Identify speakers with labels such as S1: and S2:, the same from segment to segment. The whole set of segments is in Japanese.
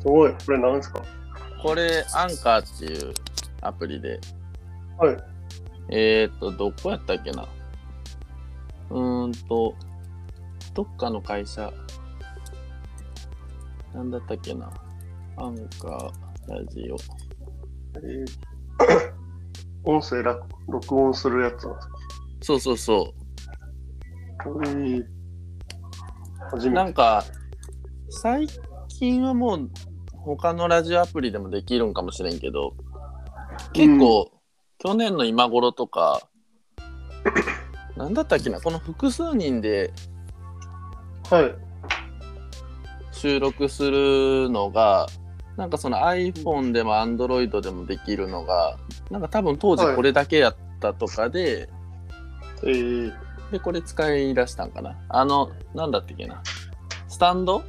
S1: すごい。これ何ですか
S2: これ、アンカーっていうアプリで。
S1: はい。
S2: えー、っと、どこやったっけな。うーんと、どっかの会社。なんだったっけな。アンカー、ラジオ。
S1: えー音声ら録音するやつなんですか
S2: そうそうそう。
S1: これ初
S2: な
S1: め
S2: ん
S1: て。
S2: か最近はもう他のラジオアプリでもできるんかもしれんけど結構、去年の今頃とかなんだったっけなこの複数人で
S1: はい。
S2: 収録するのがなんかその iPhone でも Android でもできるのがなんか多分当時
S1: はい
S2: これだけやったとかで、
S1: えー、
S2: でこれ使い出したんかなあのなんだったっけなスタンド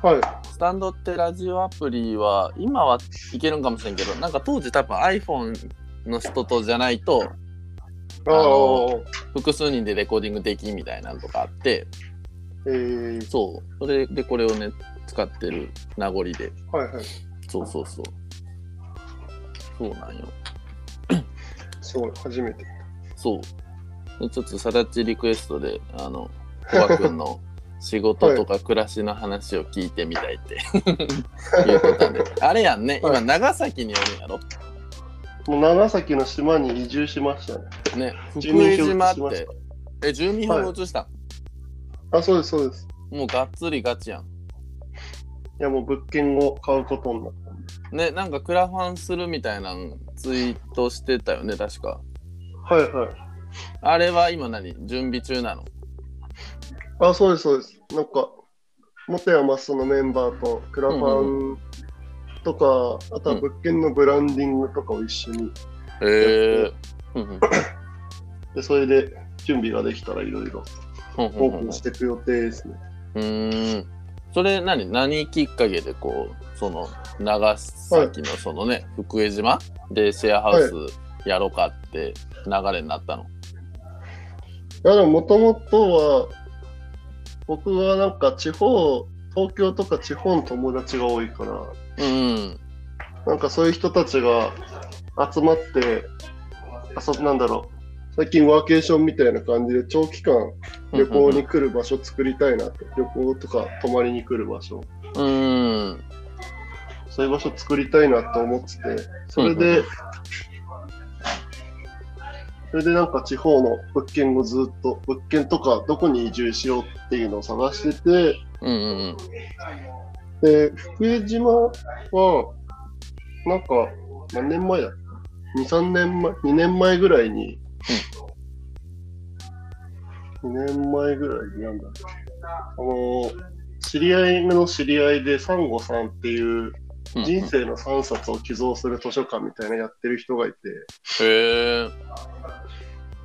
S1: はい。
S2: スタンドってラジオアプリは今はいけるんかもしれんけどなんか当時多分 iPhone の人とじゃないと
S1: ああ
S2: の。複数人でレコーディングできんみたいなのとかあって
S1: えー、
S2: そうそれでこれをね使ってる名残で
S1: はいはい。
S2: そうそうそうそうなんよ
S1: すごい。初めて。
S2: そうでちょっとさだちリクエストであのコバくんの仕事 とか暮らしの話を聞いてみたいって いうことであれやんね
S1: は
S2: 今長崎におるんやろ
S1: もう長崎の島に移住しましたね。
S2: ね、福
S1: 住民
S2: 江
S1: 票
S2: 島っ、
S1: 移しまして
S2: え、住民票移したん、
S1: あ、そうです、そうです。
S2: もうがっつりガチやん。
S1: いや、もう物件を買うことになっ
S2: ね、なんかクラファンするみたいなのツイートしてたよね、確か。
S1: た。はいはい。
S2: あれは今何準備中なの
S1: あ、そうです、そうです。なんか、元山マスのメンバーとクラファンとか、あとは物件のブランディングとかを一緒に、
S2: へえ。ふんふん
S1: でそれで準備ができたらいろいろ
S2: ふんふ
S1: オ
S2: んふ
S1: ープ
S2: ん
S1: ンしていく予定ですね。
S2: うーん。それ何何きっかけでこう、その、長崎のそのね、福江島でシェアハウスやろうかって流れになったの。
S1: いや、でももともとは、僕はなんか地方、東京とか地方の友達が多いから、
S2: うん。
S1: なんかそういう人たちが集まって、遊ぶなんだろう、最近ワーケーションみたいな感じで長期間旅行に来る場所作りたいなって、旅行とか泊まりに来る場所、
S2: うん。
S1: そういう場所作りたいなと思ってて、それ
S2: うんうんう
S1: で、それでなんか地方の物件をずっと、物件とかどこに移住しようっていうのを探してて、
S2: うんうん
S1: で、福江島は、なんか、何年前だ ?2、3年前、2年前ぐらいに、2年前ぐらいに、なんだあの、知り合いの知り合いで、サンゴさんっていう、
S2: うん。
S1: 人生の3冊を寄贈する図書館みたいなのやってる人がいて、
S2: へえ。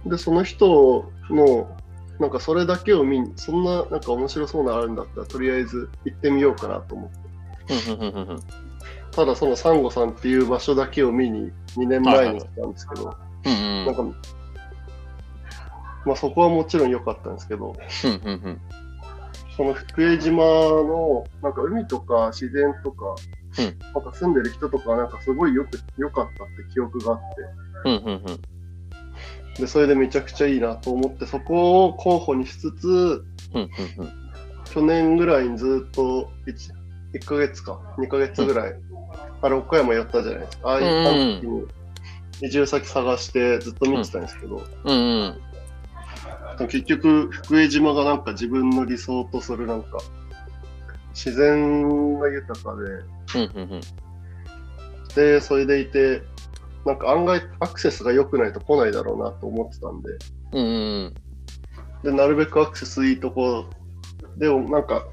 S1: で、その人の、なんかそれだけを見に、そんな、なんか面白そうなのあるんだったら、とりあえず行ってみようかなと思って。
S2: ふんふんふんふん
S1: ただそのサンゴさんっていう場所だけを見に2年前に来たんですけど、
S2: うんうん
S1: なんか、まあ、そこはもちろん良かったんですけど、
S2: うんうんうん
S1: その福江島のなんか海とか自然とか、
S2: うん
S1: なんか住んでる人とか、なんかすごいよく良かったって記憶があっ
S2: うんうんうん
S1: て、でそれでめちゃくちゃいいなと思って、そこを候補にしつつ、
S2: うんうんうん
S1: 去年ぐらいにずっと 1, 1ヶ月か2ヶ月ぐらい、あれ岡山やったじゃないですかああいう
S2: うん
S1: あの時に移住先探してずっと見てたんですけど、
S2: うんうん
S1: でも結局福江島がなんか自分の理想とするなんか自然が豊か
S2: うんうんうん
S1: ででそれでいてなんか案外アクセスが良くないと来ないだろうなと思ってたんで
S2: うんうん
S1: でなるべくアクセスいいとこでもなんか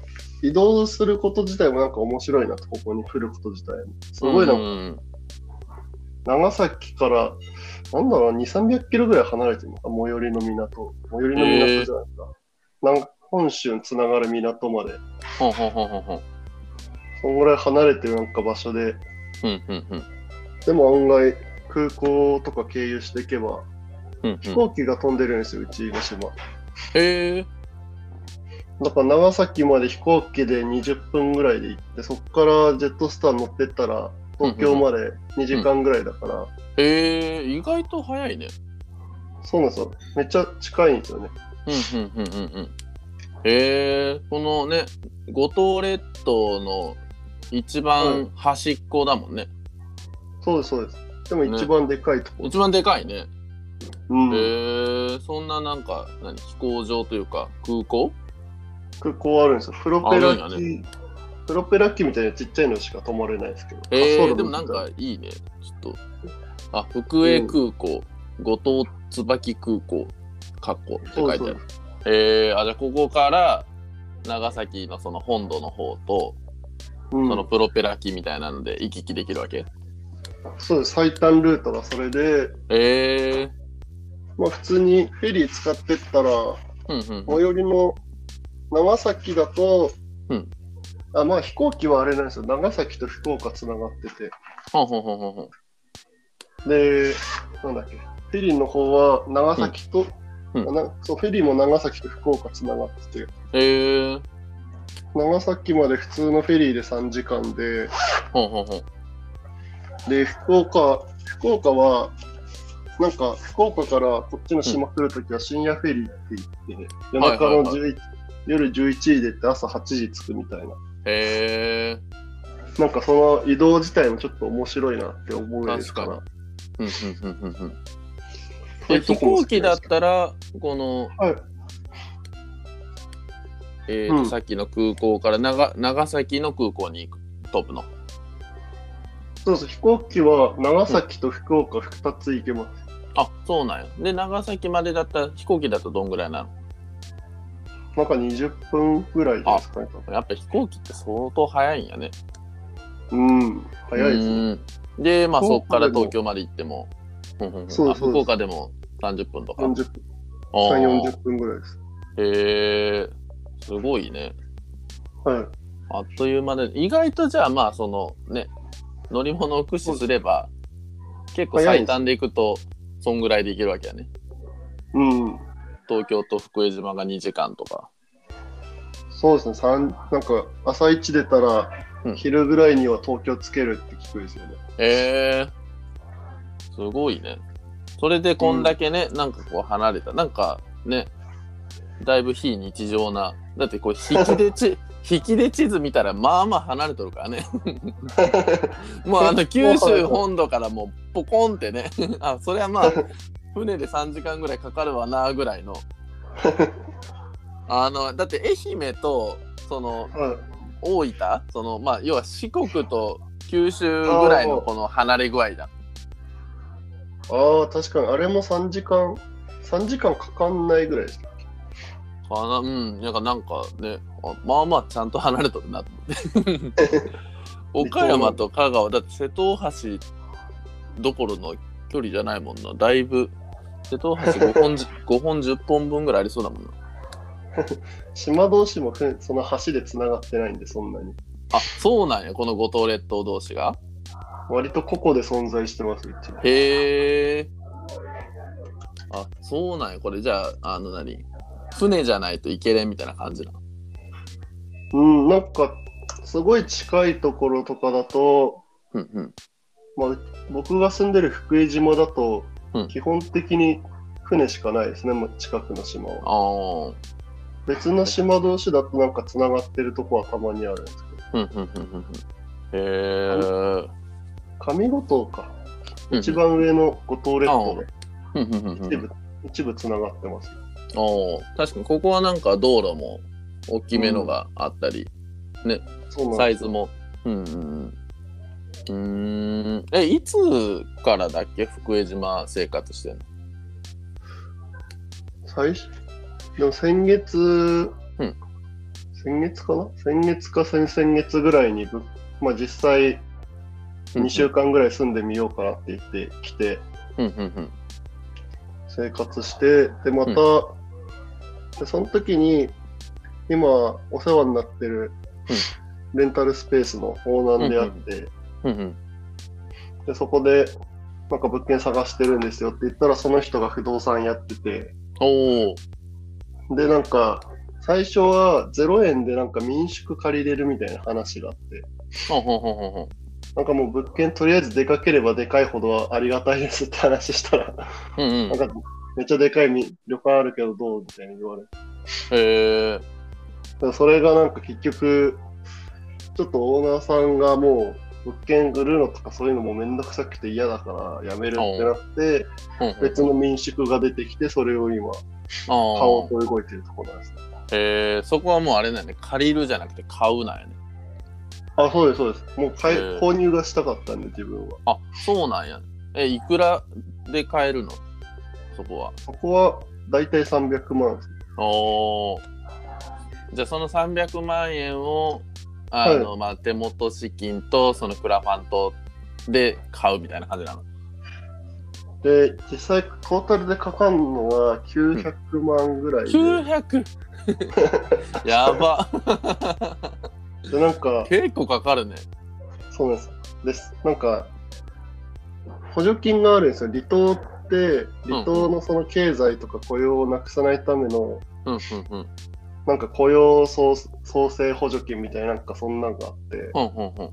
S1: 移動すること自体もなんか面白いなとここに来ること自体もすごいなんか
S2: うん
S1: 長崎から、なんだろう、2、300キロぐらい離れてるのか、最寄りの港。最寄りの港じゃないですか。なん本州につながる港まで、
S2: ほんほんほんほんほん
S1: そのぐらい離れてるなんか場所で、
S2: うんうんうん
S1: でも案外、空港とか経由していけば、
S2: うん
S1: 飛
S2: うん
S1: 行機が飛んでるんですよ、うちの島。
S2: へえ
S1: だから長崎まで飛行機で20分ぐらいで行って、そこからジェットスター乗ってったら、東京まで2時間ぐらいだから、
S2: えー、意外と早いね。
S1: そうなんですよ。めっちゃ近いんですよね。
S2: うんうんうんうんうん。えー、このね、五島列島の一番端っこだもんね。
S1: そうです、そうです。でも一番でかいところ。
S2: 一番でかいね。
S1: うん
S2: えー、そんななんか、何飛行場というか空港
S1: 空港あるんですよ。プロペラ
S2: あるん
S1: 機、
S2: や
S1: プロペラ機みたいなちっちゃいのしか止まれないですけど。
S2: え
S1: 滑走
S2: ー、
S1: 路
S2: でもなんかいいね。ちょっと。あ、福江空港、五島椿空港、かっこって
S1: そ
S2: 書
S1: う
S2: いて
S1: そ
S2: あ
S1: う
S2: る。えー、あ、じゃあここから長崎のその本土の方と、
S1: うん
S2: そのプロペラ機みたいなので行き来できるわけ。
S1: そうです。最短ルートがそれで、
S2: えー、
S1: まあ普通にフェリー使ってったら、
S2: うんうん
S1: 最寄りの長崎だと、
S2: うん
S1: あまあ飛行機はあれなんですよ。長崎と福岡つながってて。
S2: ほんほんほんほんほん。
S1: で、なんだっけ。フェリーの方は長崎と、
S2: うんうん
S1: あなそうフェリーも長崎と福岡つながってて、
S2: えー、
S1: 長崎まで普通のフェリーで3時間で、
S2: ほんほんほん。
S1: で、福岡、福岡は、なんか、福岡からこっちの島来るときは深夜フェリーって言って、夜中の
S2: はいはい
S1: 11夜11時でって朝8時着くみたいな。
S2: えー、
S1: なんかその移動自体もちょっと面白いなって思うですから。
S2: 確うんうんうんうんうん。
S1: そうい
S2: で
S1: うと
S2: 飛
S1: こも好
S2: 行
S1: きです
S2: 機だったら、この、
S1: はい
S2: えーと
S1: うん
S2: さっきの空港から長長崎の空港に行く飛ぶの。
S1: そうそう、飛行機は長崎と福岡2つ行けます。
S2: あそうなんや。で、長崎までだったら、飛行機だとどんぐらいなの
S1: なんか20分ぐらいですかね。
S2: やっぱ飛行機って相当早いんやね。
S1: うん、早いですね。
S2: うんで、まあそ
S1: 東京でも
S2: こから東京まで行っても、うんうんうん
S1: そう
S2: あ
S1: そう
S2: 福岡でも30分とか。
S1: 40分、
S2: あ
S1: 3、
S2: ー
S1: 40分ぐらいです。
S2: へえすごいね。
S1: はい。
S2: あっという間で、意外とじゃあまあそのね、乗り物を駆使すれば、結構
S1: 早いです
S2: 最短で行くと、そんぐらいで行けるわけやね。
S1: うん。
S2: 東京と福江島が2時間とか。
S1: そうですね、三なんか朝一出たら
S2: うん、
S1: 昼ぐらいには東京つけるって聞くんですよね。
S2: ええすごいね。それでこんだけね、なんかこう離れた、なんかね、だいぶ非日常な、だってこう引きで ち引きで地図見たらまあまあ離れとるから ね。もうあの九州本土からもうポコンってね、 あそれはまあ船で3時間ぐらいかかるわなぐら いの。あのだって愛媛とその
S1: はい。
S2: 大分そのまあ要は四国と九州ぐらいのこの離れ具合だ
S1: ああ、確かに、あれも3時間、3時間かかんないぐらいです。
S2: かなうんなんかなんかねあまあまあちゃんと離れとるなと思って岡山と香川だって瀬戸大橋どころの距離じゃないもんなだいぶ瀬戸大橋5本 ,5 本10本分ぐらいありそうだもんな
S1: 島同士もふその橋でつながってないんで、そんなに。
S2: あそうなんやこの五島列島同士が
S1: 割と個々で存在してます、うち。
S2: へえあそうなんやこれじゃああの何船じゃないといけれんみたいな感じなの
S1: うん、なんか、すごい近いところとかだと、
S2: うんうん
S1: まあ、僕が住んでる福江島だと
S2: うん、
S1: 基本的に船しかないですね、まあ近くの島は。
S2: ああ
S1: 別の島同士だとなんかつながってるとこはたまにあるんですけど、
S2: うんうんうんうんうんへえ
S1: 上五島か、
S2: うん
S1: 一番上の五島列島が
S2: うんうんうんうん
S1: 一部、一部つながってます。
S2: おー確かにここはなんか道路も大きめのがあったり、
S1: そうなん
S2: サ
S1: で
S2: イ
S1: す
S2: ズもうんうんうんうーんえいつからだっけ福江島生活してんの
S1: 最初でも先月、
S2: ん
S1: 先月かな先月か先々月ぐらいにぶ、まあ、実際2週間ぐらい住んでみようかなって言ってきて
S2: うんうんうん
S1: 生活してでまた、
S2: うん
S1: でその時に今お世話になってる、レンタルスペースのオーナーであって、
S2: うんうん
S1: でそこでなんか物件探してるんですよって言ったらその人が不動産やってて
S2: おお
S1: でなんか最初は0円でなんか民宿借りれるみたいな話があって、
S2: ほんほんほんほんほん
S1: なんかもう物件とりあえずでかければでかいほどありがたいですって話したら、
S2: うんうん
S1: なんかめっちゃでかいみ旅館あるけどどうみたいに言われて
S2: へえ
S1: だからそれがなんか結局、ちょっとオーナーさんがもう物件売るのとかそういうのもめんどくさくて嫌だからやめるってなって、別の民宿が出てきて、それを今、買おうと動いてるところなんですね。
S2: えー、そこはもうあれなんね借りるじゃなくて買うなんやね
S1: あ、そうです、そうです。もう買い
S2: へー
S1: 購入がしたかったんで、自分は。
S2: あそうなんや、ね、えいくらで買えるのそこは
S1: そこは大体300万です。
S2: おーじゃあその300万円をあの、まあ、手元資金とそのクラファンとで買うみたいな感じなの
S1: で、実際、トータルでかかるのは900万ぐらいで、
S2: 900 やば
S1: で、なんか、
S2: 結構かかるね
S1: そうなんです。です。なんか、補助金があるんですよ。離島って、離島のその経済とか雇用をなくさないための、
S2: うんうんうん
S1: なんか雇用創創生補助金みたいな、なんかそんなのがあって、
S2: ほんほんほん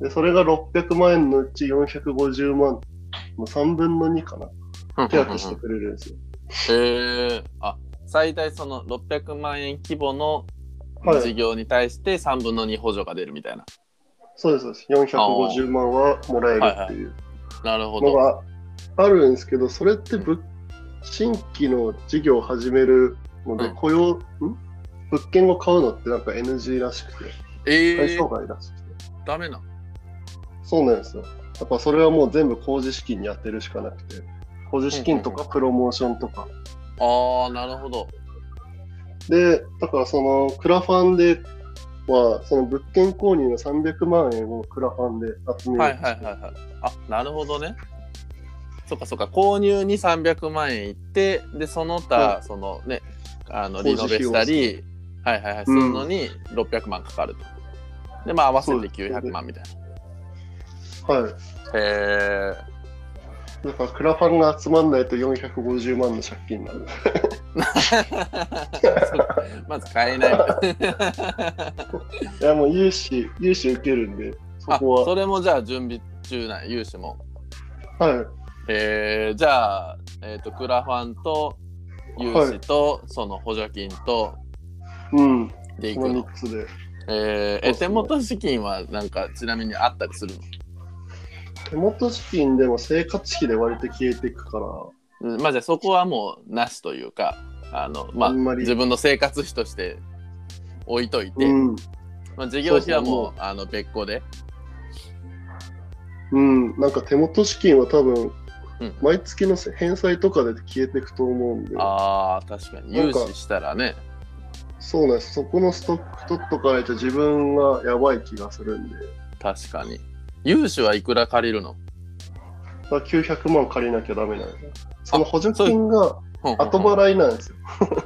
S1: で、それが600万円のうち450万、もう3分の2かな、
S2: うん
S1: 手当てしてくれるんですよ。
S2: へえあ最大その600万円規模の
S1: はい
S2: 事業に対して3分の2補助が出るみたいな、
S1: そうです、そうです。450万はもらえるっていう
S2: なるほ
S1: の
S2: ど、
S1: があるんですけど、それってぶ新規の事業を始めるので、
S2: うん
S1: 雇用、ん物件を買うのってなんか NG らしくて、対
S2: え
S1: 象
S2: ー、
S1: 外らしくて、
S2: ダメな
S1: そうなんですよ。やっぱそれはもう全部工事資金にやってるしかなくて、工事資金とかプロモーションとか。
S2: ああなるほど
S1: で、だからそのクラファンでは、その物件購入の300万円をクラファンで集める。
S2: はいはいはいはいあなるほどねそっかそっか購入に300万円いってでその他、
S1: は
S2: そのねあの
S1: 工事
S2: リノ
S1: 費
S2: ベ
S1: 用
S2: したりはいはいはいす
S1: うん
S2: るのに600万かかると、でまあ合わせて
S1: そうです
S2: 900万みたい
S1: はい。
S2: なへえ
S1: だからクラファンが集まんないと450万の借金になる。
S2: まず買 えない
S1: いやもう融資、融資受けるんで、そ
S2: あ
S1: こは。
S2: それもじゃあ準備中なんや融資も
S1: はい。
S2: えー、じゃあ、えー、とクラファンと融資と、その補助金と
S1: うん。こ
S2: でいく
S1: の
S2: の、
S1: 3つで。
S2: え
S1: そ
S2: ー
S1: う
S2: え
S1: っすね
S2: 手元資金はなんかちなみにあったりする
S1: 手元資金でも生活費で割と消えていくから、
S2: のうんまあじゃあそこはもうなしというかあのまあ
S1: あんまり
S2: 自分の生活費として置いといて、
S1: うん。
S2: まあ、事業費はもう
S1: そう
S2: あの別個で
S1: うん。なんか手元資金は多分、
S2: うん
S1: 毎月の返済とかで消えていくと思うんで、
S2: あー確かに
S1: なん
S2: 融
S1: か
S2: 資したらね
S1: そうなんです。そこのストック取っとかないと自分がやばい気がするんで、
S2: 確かに融資はいくら借りるの
S1: だから900万借りなきゃダメなんですよ。その補助金が後払いなんですよ。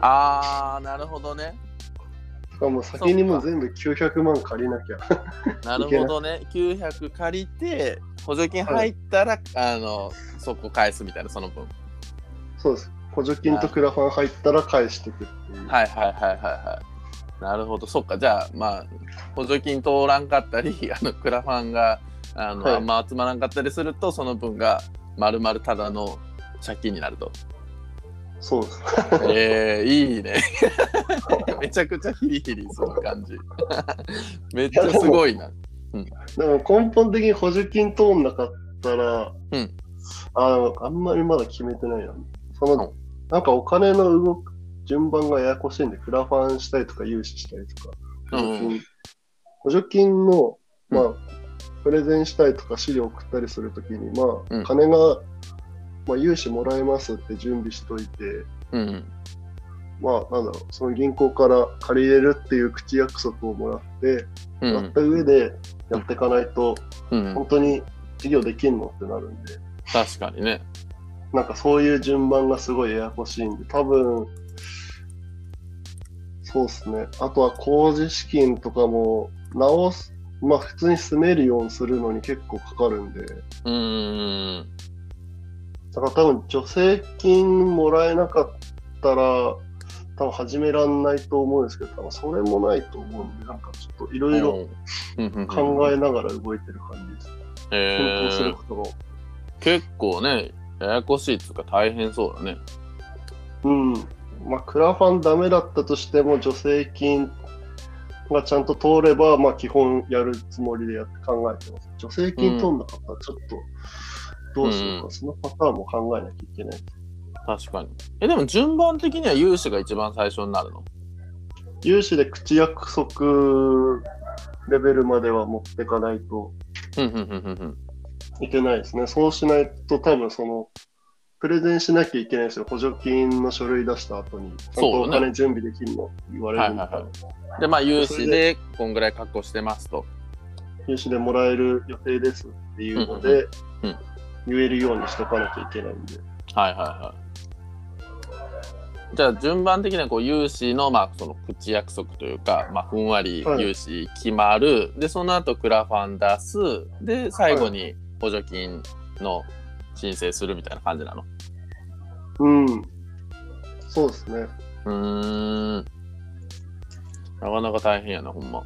S2: ああなるほどね
S1: だからもう先にもう全部900万借りなきゃ。
S2: なるほどね。900借りて、補助金入ったら、あの、そこ返すみたいな、その分。
S1: そうです。補助金とクラファン入ったら返してくっていう。
S2: はいはいはいはいはい。なるほど、そっか。じゃあ、まあ、補助金通らんかったり、 あの、クラファンが、あの、
S1: はい
S2: あんま集まらんかったりすると、その分が、まるまるただの借金になる と。
S1: そうです。
S2: えー、いいね。 めちゃくちゃヒリヒリする感じ。 めっちゃすごいな。
S1: でも根本的に補助金通んなかったら、
S2: うん
S1: あのあんまりまだ決めてないな。その、
S2: う
S1: なんかお金の動く順番がややこしいんで、クラファンしたりとか融資したりとか、補
S2: う
S1: 助金,、
S2: ん。
S1: 補助金の、まあ、
S2: う
S1: プレゼンしたりとか資料送ったりするときに、まあ、
S2: うん
S1: 金が、まあ、融資もらえますって準備しといて、
S2: うん。
S1: まあ、なんだろう、その銀行から借りれるっていう口約束をもらって、
S2: う
S1: やっ
S2: ん。
S1: た上でやっていかないと、
S2: うん
S1: 本。当に事業できんのってなるんで、
S2: 確かにね。
S1: なんかそういう順番がすごいややこしいんで、多分、そうですね。あとは工事資金とかも直す、まあ普通に住めるようにするのに結構かかるんで、だ
S2: うーん。
S1: から多分助成金もらえなかったら、多分始めらんないと思うんですけど、多分それもないと思うんで、なんかちょっといろいろ
S2: うん
S1: 考
S2: え、
S1: えながら動いてる感じです。
S2: え
S1: 検討する
S2: ー、
S1: ことも。
S2: 結構ねややこしいっつうか大変そうだね
S1: うん。まあ、クラファンダメだったとしても、助成金がちゃんと通れば、まあ、基本やるつもりでやって考えてます。助成金通んなかったら、ちょっとどうしようか、
S2: うん
S1: そのパターンも考えなきゃいけない。
S2: 確かにえでも順番的には融資が一番最初になるの
S1: 融資で口約束レベルまでは持ってかないと
S2: うんうんうんうんうん
S1: いけないですね。そうしないと多分その、プレゼンしなきゃいけないですよ。補助金の書類出した後に、ちゃんと
S2: そう
S1: お
S2: だね
S1: 金準備できるの言われるんだから、
S2: はいはでまあ融資でこんぐらい確保してますと
S1: 融資でもらえる予定ですっていうので、
S2: うんうん
S1: 言えるようにしとかなきゃいけないんで。
S2: はいはいはいじゃあ順番的にはこう融資のまあその口約束というか、まあ、ふんわり
S1: はい
S2: 融資決まる、でその後クラファン出すで最後に補助金の申請するみたいな感じなの
S1: うん。そうですね。
S2: うーんなかなか大変やなほんま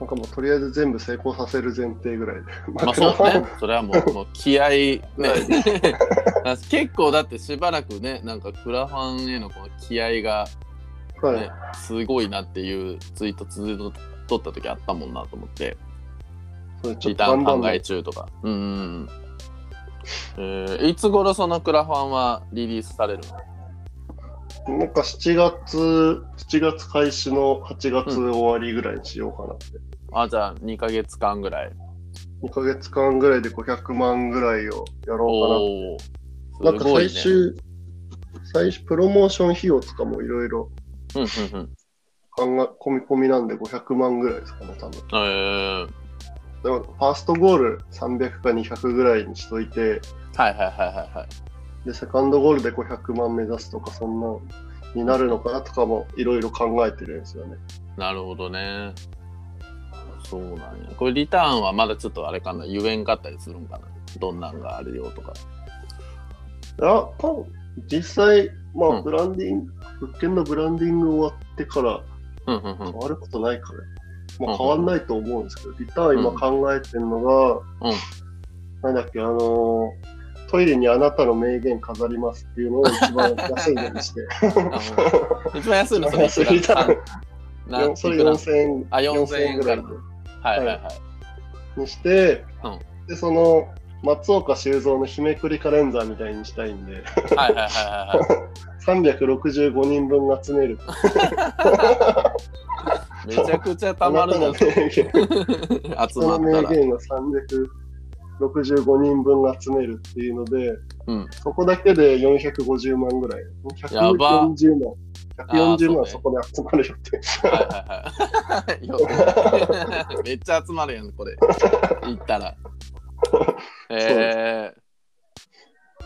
S1: なんかもうとりあえず全部成功させる前提ぐらいで。
S2: まあそうね。それはもうもう気合いね
S1: は。
S2: 結構だってしばらくね、なんかクラファンへのこの気合が、ね
S1: はい。
S2: すごいなっていうツイート続いて撮った時あったもんなと思って、
S1: それちょ
S2: リ
S1: っと
S2: ター
S1: 頑
S2: ン
S1: 張ん
S2: 考
S1: ない
S2: え中とか。うんうんうん。えーいつ頃そのクラファンはリリースされるの
S1: なんか7月、7月開始の8月終わりぐらいにしようかなって。
S2: あ、じゃあ2ヶ月間ぐらい。
S1: 2ヶ月間ぐらいで500万ぐらいをやろ
S2: お
S1: う
S2: お。
S1: かな。なん
S2: す
S1: か
S2: ごい
S1: 最
S2: ね。
S1: 終、最終、プロモーション費用とかもいろいろ
S2: うんうんうん。
S1: 考え、込み込みなんで500万ぐらいですかね、多分。
S2: えー
S1: でも、ファーストゴール300か200ぐらいにしといて、
S2: はいはいはいはいはい。
S1: で、セカンドゴールで500万目指すとか、そんなになるのかなとかもいろいろ考えてるんですよね。
S2: なるほどね。そうなんや。これリターンはまだちょっとあれかな、言えんかったりするんかな。どんなんがあるよとか。
S1: いや、多分実際、ま
S2: う
S1: あ、
S2: ん
S1: ブランディング、物件のブランディング終わってから
S2: うんうんうん。う
S1: 変
S2: ん
S1: わることないから、ま
S2: うん
S1: あ、変わんないと思うんですけど、リターン今考えてるのが、
S2: うん
S1: なんだっけ、あのートイレにあなたの名言飾りますっていうのを一番安いようにして、
S2: 一番安いのそれ
S1: 安いリ
S2: いく
S1: タ
S2: ら
S1: ーン
S2: な
S1: よんそれ
S2: いくら
S1: 4000円
S2: あ、4000
S1: 4000
S2: 円
S1: 円ぐ
S2: からら。
S1: い
S2: はいはいはい。
S1: にして、
S2: うん
S1: で、その、松岡修造の日めくりカレンダーみたいにしたいんで、
S2: はいはいはいはいは
S1: 365人分集める
S2: い。めちゃくちゃた
S1: あ
S2: ま
S1: な
S2: る
S1: た
S2: な
S1: の、名言。
S2: 集
S1: そ
S2: ま
S1: の
S2: っ
S1: 名
S2: たら。
S1: 言が365人分集めるっていうので、
S2: うん
S1: そこだけで450万ぐらい。
S2: や
S1: 140
S2: ば
S1: 万。140
S2: あー
S1: 万そこで集まるよって。
S2: はいはいはいよ。めっちゃ集まるやん、これ。行ったら。え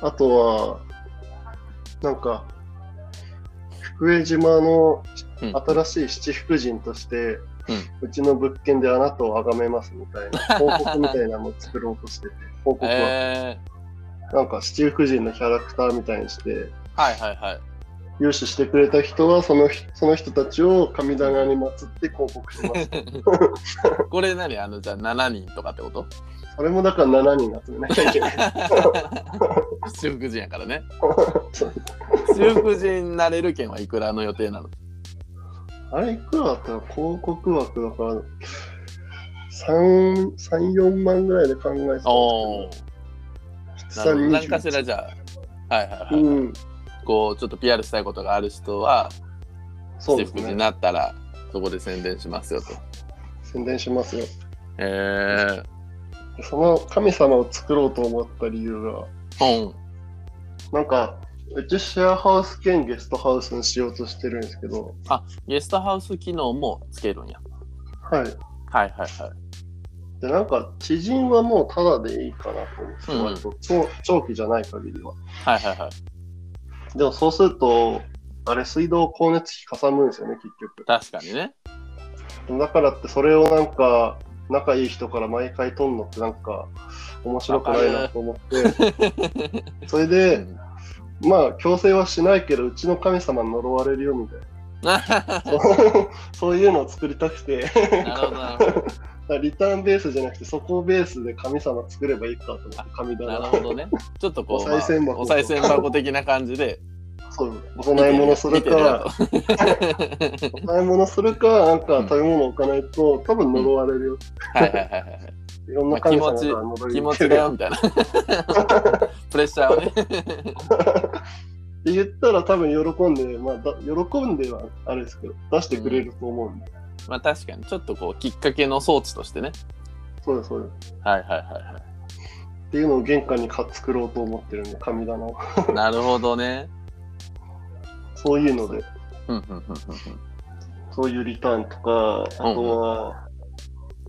S1: あとは、なんか、福江島の
S2: ーうん
S1: 新しい七福神として、うちの物件であなたを崇めますみ たいな、報告みたいなのを作ろうとしてて、報告は、
S2: え
S1: なんか七福神のキャラクターみたいにして、
S2: ーはいはいはい。
S1: 融資してくれた人はその人その人たちを神棚に祀って広告し ます。
S2: これ何あのじゃあ7人とかってこと
S1: それもだから7人集めなきゃいけない。
S2: 修復人やからね
S1: そう
S2: 修復人になれる券はいくらの予定なの
S1: あれいくらだったら広告枠だから3、3 4万ぐらいで考えてたんですけ
S2: お
S1: ど
S2: お、
S1: 質
S2: なるほど
S1: 算
S2: 何かし
S1: 20。
S2: らじゃあはいはいはい、
S1: うん、
S2: こうちょっと PR したいことがある人は
S1: そう
S2: 修
S1: です
S2: 復人に
S1: ね。
S2: なったらそこで宣伝しますよと
S1: 宣伝しますよ。
S2: へえ
S1: その神様を作ろうと思った理由が、
S2: 本
S1: なんか、うちシェアハウス兼ゲストハウスにしようとしてるんですけど、
S2: あゲストハウス機能もつけるんや
S1: はい。
S2: はいはいはい
S1: で、なんか、知人はもうタダでいいかなと思って、
S2: うん
S1: 割と長長期じゃない限りは。
S2: はいはいはい
S1: でも、そうすると、あれ、水道光熱費かさむんですよね、結
S2: 確かにね
S1: 局。だからって、それをなんか、仲いい人から毎回取ん のってなんか、面白くないなと思って、それ
S2: う
S1: で、
S2: ん
S1: まあ強制はしないけどうちの神様に呪われるよみたいな そうそういうのを作りたくて
S2: なるほどなるほど
S1: リターンベースじゃなくてそこをベースで神様作ればいいかと思って神
S2: なる
S1: 棚
S2: ほどねちょっとこう、まあ
S1: お賽銭箱
S2: お賽銭箱的な感じで
S1: そうお供え物するか
S2: 見てるよ見てるよと
S1: お供え物するかなんか
S2: うん
S1: 食べ物置かないと多分呪われるよ、
S2: はいはいはいはい
S1: いろんな神様から呪い
S2: 気
S1: を受
S2: 持
S1: け
S2: ち
S1: る
S2: だよみたいな プレッシャーをね
S1: って言ったら多分喜んで、まあ、だ喜んではあれですけど出してくれると思うんで、
S2: まあ確かにちょっとこうきっかけの装置としてね
S1: そうですそうです
S2: はいはいは
S1: っていうのを玄関にか作ろうと思ってるんで神棚を
S2: いはいなるほどね
S1: そういうので
S2: うんうんうんうん
S1: そういうリターンとかあ
S2: うん
S1: とは、まあ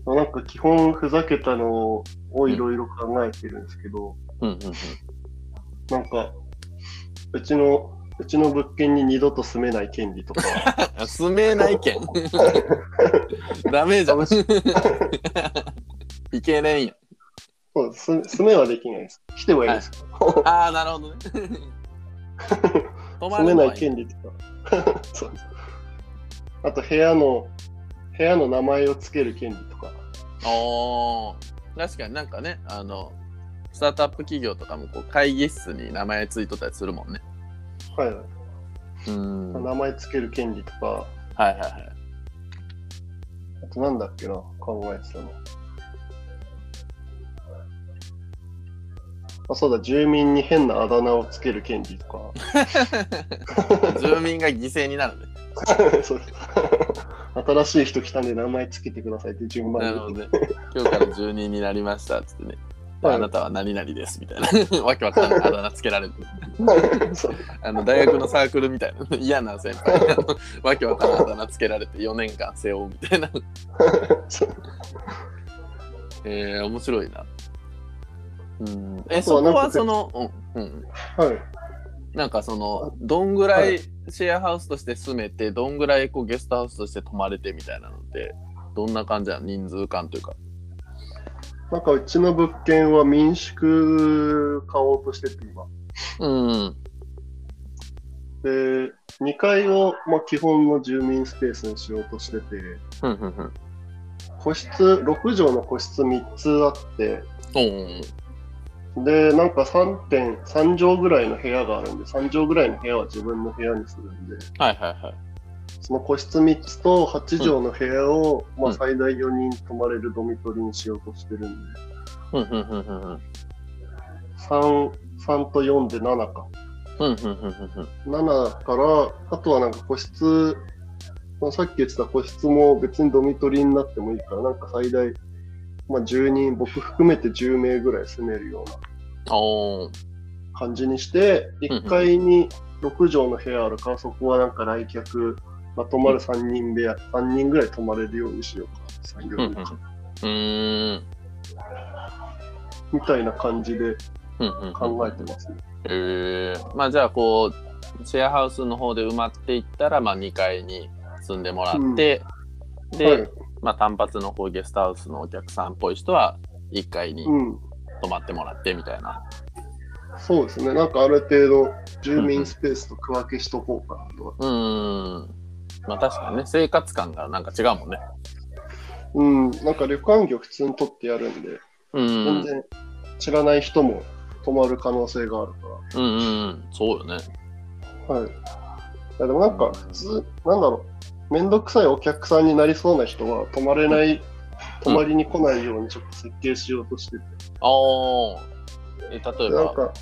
S1: なんか基本ふざけたのをいろいろ考えてるんですけど、
S2: うんうんうん
S1: なんかうちのうちの物件に二度と住めない権利とか
S2: あ住めないけんダメ じゃんいけねんよ
S1: そう住住めはできないです来てはいいですけど、
S2: ああなるほどね止ま
S1: 住
S2: る
S1: めな
S2: のはいいい
S1: 権利とか そうですあと部屋の部屋の名前をつける権利とか
S2: おー確かになんかねあのスタートアップ企業とかもこう会議室に名前ついとったりするもんね
S1: はい、
S2: うんはい
S1: 名前つける権利とか
S2: はいはい
S1: あとなんだっけな考えてたのあそうだ住民に変なあだ名をつける権利とか
S2: 住民が犠牲になるね。
S1: そう です新しい人来たんで名前つけてくださいって順番
S2: なる
S1: に
S2: ほどね。今日から住人になりましたっつってね。
S1: はい
S2: あなたは何々ですみたいな。 わけわかんないあだ名つけられてる。
S1: そう
S2: あの大学のサークルみたいな 嫌な先輩にあのわけわかんないあだ名つけられて4年間背負うみた いな。
S1: そう
S2: えー、面白いな。うん、え、
S1: あとは
S2: そ
S1: な
S2: こ
S1: んか
S2: はその、うん、うん。
S1: はい
S2: なんかその、どんぐら
S1: はい
S2: シェアハウスとして住めて、どんぐらいこうゲストハウスとして泊まれてみたいなのって、どんな感じなの人数感というか。
S1: なんかうちの物件は民宿買おうとしてて今
S2: うん。
S1: で2階を、まあ、基本の住民スペースにしようとしてて
S2: ふんふんふん。
S1: 個室6畳の個室3つあって
S2: おー
S1: でなんか3点3畳ぐらいの部屋があるんで3畳ぐらいの部屋は自分の部屋にするんで
S2: はいはいはい。
S1: その個室3つと8畳の部屋を、ま
S2: う
S1: あ、
S2: ん
S1: 最大4人泊まれるドミトリーにしようとしてるんで
S2: ふんふんふんふんふん。
S1: 3, 3と4で7か
S2: ふんふんふんふんふん。
S1: 7からあとはなんか個室まあさっき言ってた個室も別にドミトリーになってもいいからなんか最大、まあ、10人僕含めて10名ぐらい住めるような
S2: おー
S1: 感じにして、
S2: うんうん
S1: 1階に6畳の部屋あるから、そこはなんか来客、まあ、泊まる3人部屋、3人ぐらい泊まれるようにしようか、3
S2: うんう
S1: 人
S2: ん
S1: か、
S2: うーん。
S1: みたいな感じで
S2: うんうんうん
S1: 考えてますね。
S2: えー、まあじゃあこうシェアハウスの方で埋まっていったら、まあ、2階に住んでもらって、で、
S1: はい、
S2: まあ、単発の方ゲストハウスのお客さんっぽい人は1階に
S1: うん、
S2: 泊まってもらってみたいな、
S1: そうですね、なんかある程度、住民スペースと区分けしとこうかなとは。
S2: うーんまあ確かにね生活感がなんか違うもんね
S1: うん、なんか旅館業普通に取ってやるんで、
S2: うー
S1: 全
S2: ん
S1: 然知らない人も泊まる可能性があるから。
S2: うんうんうんそうよね
S1: はい。いやでもなんか普通、なんだろう、めんどくさいお客さんになりそうな人は泊まれない、泊まりに来ないようにちょっと設計しようとしてて、
S2: ああえ例え
S1: でなん
S2: ば
S1: か、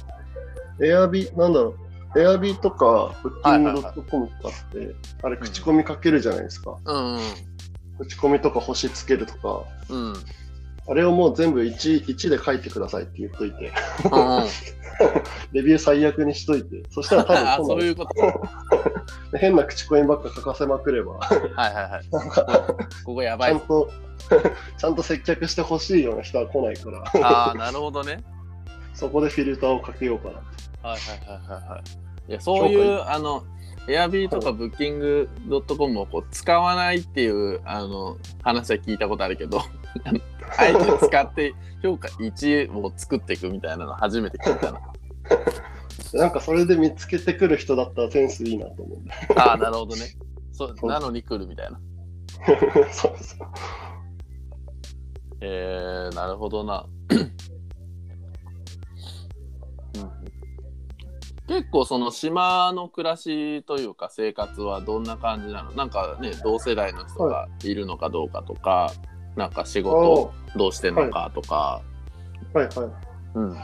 S1: エアビー、なんだろう、エアビーとか、ブッキングドットコムとかって、あれ、口コミかけるじゃないですか。
S2: うん
S1: 口コミとか星つけるとか、
S2: うん うん
S1: あれをもう全部 1, 1で書いてくださいって言っといて、
S2: うん
S1: レビュー最悪にしといて、そしたら多分
S2: ああ
S1: 来
S2: そう
S1: ない
S2: いうこと。は
S1: 変な口コミばっか書かせまくれば、
S2: いはいはい。こここやば
S1: ちゃ
S2: い
S1: ん。と、 ちゃんと接客してほしいような人は来ないから、
S2: ああ、なるほどね。
S1: そこでフィルターをかけようかな。
S2: はいはいはいはいはい。いや、そういう、あの、エアビーとかブッキングドットコムをこう使わないっていうあの話は聞いたことあるけど、 あえて使って評価1を作っていくみたいなの初めて聞いたな。
S1: なんかそれで見つけてくる人だったらセンスいいなと思うんだ。
S2: ああ、なるほどね。そ
S1: そう
S2: なのに来るみたいな。
S1: そうそう。
S2: えー、なるほどな。うん結構その島の暮らしというか生活はどんな感じなのなんかね同世代の人がいるのかどうかとか、なんか仕事どうしてんのかとか、
S1: あーはいはい。
S2: うん、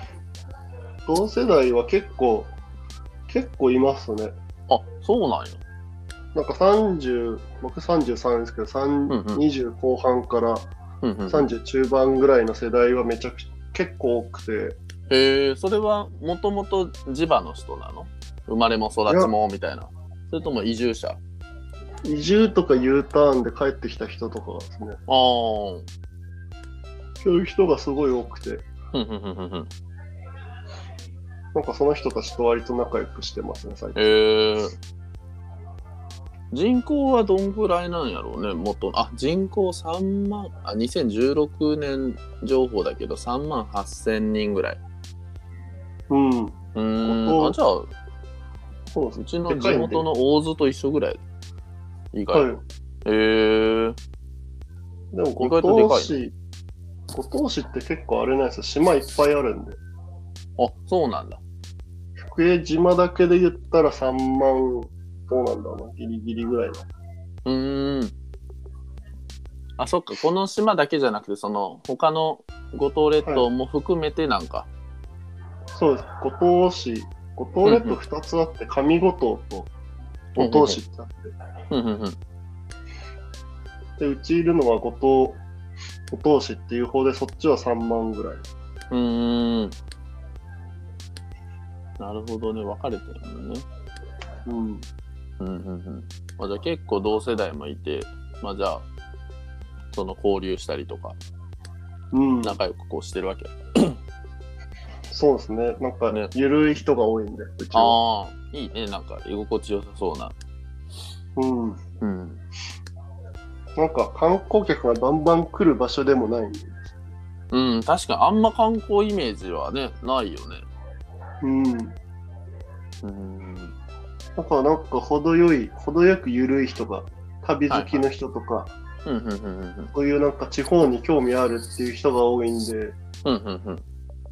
S1: 同世代は結構、結構いますね。
S2: あそうなんや
S1: なんか30、僕33ですけど、三
S2: うんうん
S1: 20後半から
S2: うんうん
S1: 30中盤ぐらいの世代はめちゃくちゃ結構多くて、
S2: へえそれはもともと地場の人なの生まれも育ちもみたいなそれとも移住者あ
S1: 移住とか U ターンで帰ってきた人とかがですね、
S2: あー
S1: そういう人がすごい多くて、
S2: ふんふんふんふんふん
S1: なんかその人たちと割と仲良くしてますね、最近。
S2: へえ人口はどんぐらいなんやろうねもっとあ人口3万あ2016年情報だけど3万8000人ぐらい
S1: うん。
S2: うーん
S1: ここ
S2: あじゃあう
S1: そうですね。
S2: ちの地元の大津と一緒ぐらい意外、
S1: はい。
S2: へえ
S1: でも
S2: 意外とで
S1: 五
S2: か
S1: 島
S2: い
S1: 市、五島市って結構あれなんですよ。島いっぱいあるんで。
S2: あそうなんだ
S1: 福江島だけで言ったら3万、どうなんだろうな、ギリギリぐらいの。
S2: うーん。あ、そっか、この島だけじゃなくて、その、他の五島列島も含めてなんか。
S1: そうです。五島市、五島列島2つあって、上五島と五島市ってあっ
S2: うんうんうん。
S1: て、で、うちいるのは五島、五島市っていう方で、そっちは3万ぐらい。
S2: うーん。なるほどね、分かれてるのね。
S1: うん。
S2: うんうんうん。まあ、じゃあ結構同世代もいて、まあじゃあ、その交流したりとか、
S1: うん、
S2: 仲良くこうしてるわけ。
S1: そうですね。なんか
S2: ね、
S1: ゆるい人が多いんで、うちは。
S2: ああ、いいね、なんか居心地よさそうな。
S1: うん。
S2: うん。
S1: なんか、観光客がバンバン来る場所でもないんで。
S2: うん、確かにあんま観光イメージはね、ないよね。
S1: うん。
S2: うん。
S1: だからなんか程よい、程よく緩い人が、旅好きの人とか、
S2: うんうんうんうんうん。
S1: こういうなんか地方に興味あるっていう人が多いんで、
S2: うんうんうん。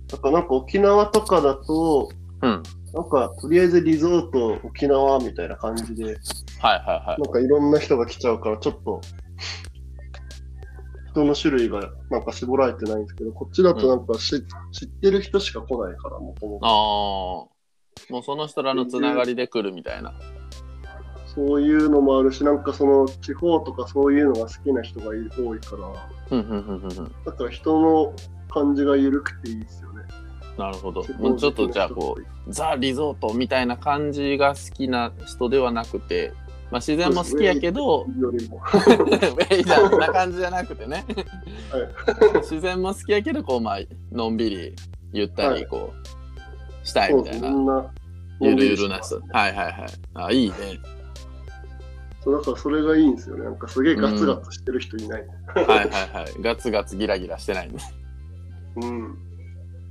S1: だからなんか沖縄とかだと、
S2: うん。
S1: なんかとりあえずリゾート沖縄みたいな感じで、
S2: はいはいはい。
S1: なんかいろんな人が来ちゃうから、ちょっと、人の種類がなんか絞られてないんですけど、こっちだとなんかし、知ってる人しか来ないから、もとも
S2: ああ。もうその人らのつながりで来るみたいな。
S1: そういうのもあるし、なんかその地方とかそういうのが好きな人がいる多いから、
S2: うんうんうんうんうん。
S1: だから人の感じが緩くていいですよね。
S2: なるほど。もうちょっとじゃあこう、ザ・リゾートみたいな感じが好きな人ではなくて、まあ自然も好きやけど、
S1: う。よりも。
S2: ウ ェイダーな感じじゃなくてね。自然も好きやけど、こう、まあ、のんびり、ゆったり、こう、したい
S1: そ
S2: み
S1: う
S2: た
S1: で
S2: い
S1: す
S2: な
S1: ね。み。んな。
S2: ゆるゆるな人。はいはいはい。あ、いいね。
S1: そうだからそれがいいんですよね。なんかすげえガツガツしてる人いない。
S2: はいはいはい。ガツガツギラギラしてないね。
S1: うん。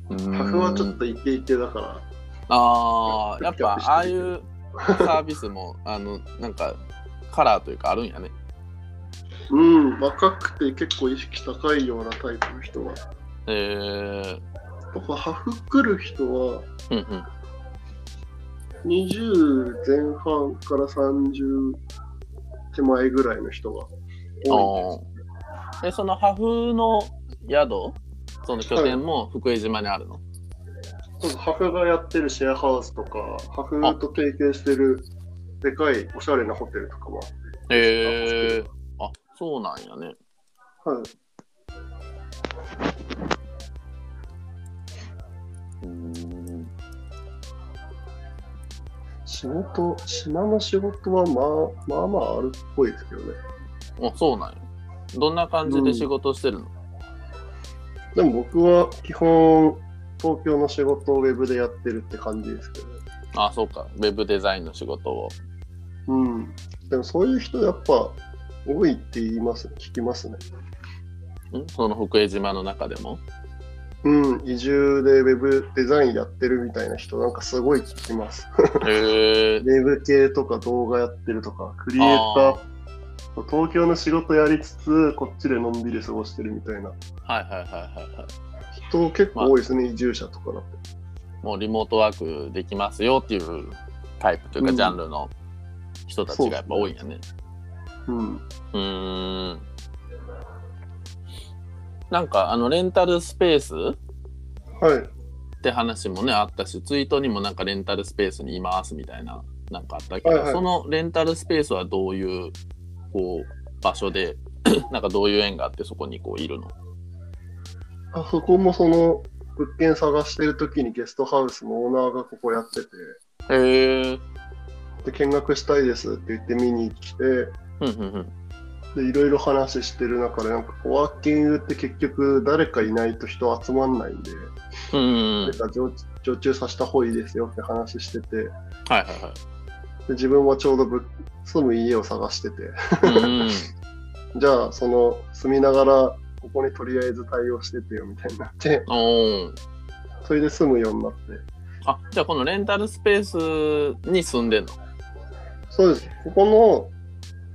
S2: う
S1: タ
S2: ん
S1: フはちょっとイケイケだから。
S2: ああ、やっぱああい
S1: キャ
S2: うサービスも、あの、なんか、カラーというかあるんやね。
S1: うん。若くて結構意識高いようなタイプの人は。
S2: えー、
S1: やっぱハフ来る人は
S2: うんうん。
S1: 20前半から30手前ぐらいの人が多
S2: あーえ、その、ハフの宿その拠点も福江島にあるの、
S1: いです。ハフがやってるシェアハウスとか、ハフと提携してるでかいおしゃれなホテルとかは。
S2: えー、あ、そうなんやね。
S1: はい。
S2: うーん。
S1: 仕事、島の仕事はまあまあまああるっぽいですけどね。
S2: あ、そうなんや。どんな感じで仕事してるの、
S1: でも僕は基本東京の仕事をウェブでやってるって感じですけど、ね、
S2: あ、そうか。ウェブデザインの仕事を。
S1: うん。でもそういう人やっぱ多いって言います、聞きますね。
S2: んその福江島の中でも
S1: うん、移住でウェブデザインやってるみたいな人、なんかすごい聞きます。
S2: へえ
S1: ウェブ系とか動画やってるとか、クリエイター、東京の仕事やりつつ、こっちでのんびり過ごしてるみたいな
S2: はいはいはいはいはい
S1: 人結構多いですね、移住者とかだと。
S2: もうリモートワークできますよっていうタイプという
S1: う
S2: か
S1: ん
S2: ジャンルの人たちがやっぱ多いんやね。
S1: うん。
S2: うーん。なんかあのレンタルスペース
S1: はい。
S2: って話もねあったしツイートにもなんかレンタルスペースにいますみたいななんかあったけど、
S1: はいはい
S2: そのレンタルスペースはどういうこう場所で なんかどういう縁があってそこにこういるの
S1: あそこもその、物件探してる時にゲストハウスのオーナーがここやってて、
S2: へえ
S1: で、見学したいですって言って見に来て、
S2: うんうんうん
S1: で、いろいろ話してる中で、なんか、コワーキングって結局誰かいないと人集まんないんで、
S2: うんうんうん
S1: 誰か常常駐させた方がいいですよって話してて、で
S2: はいはいはい
S1: 自分はちょうどぶ住む家を探してて、
S2: うんうん
S1: じゃあ、その、住みながら、ここにとりあえず対応しててよみたいになって、
S2: おー
S1: それで住むようになって。
S2: あじゃあこのレンタルスペースに住んでんの
S1: そうです。ここ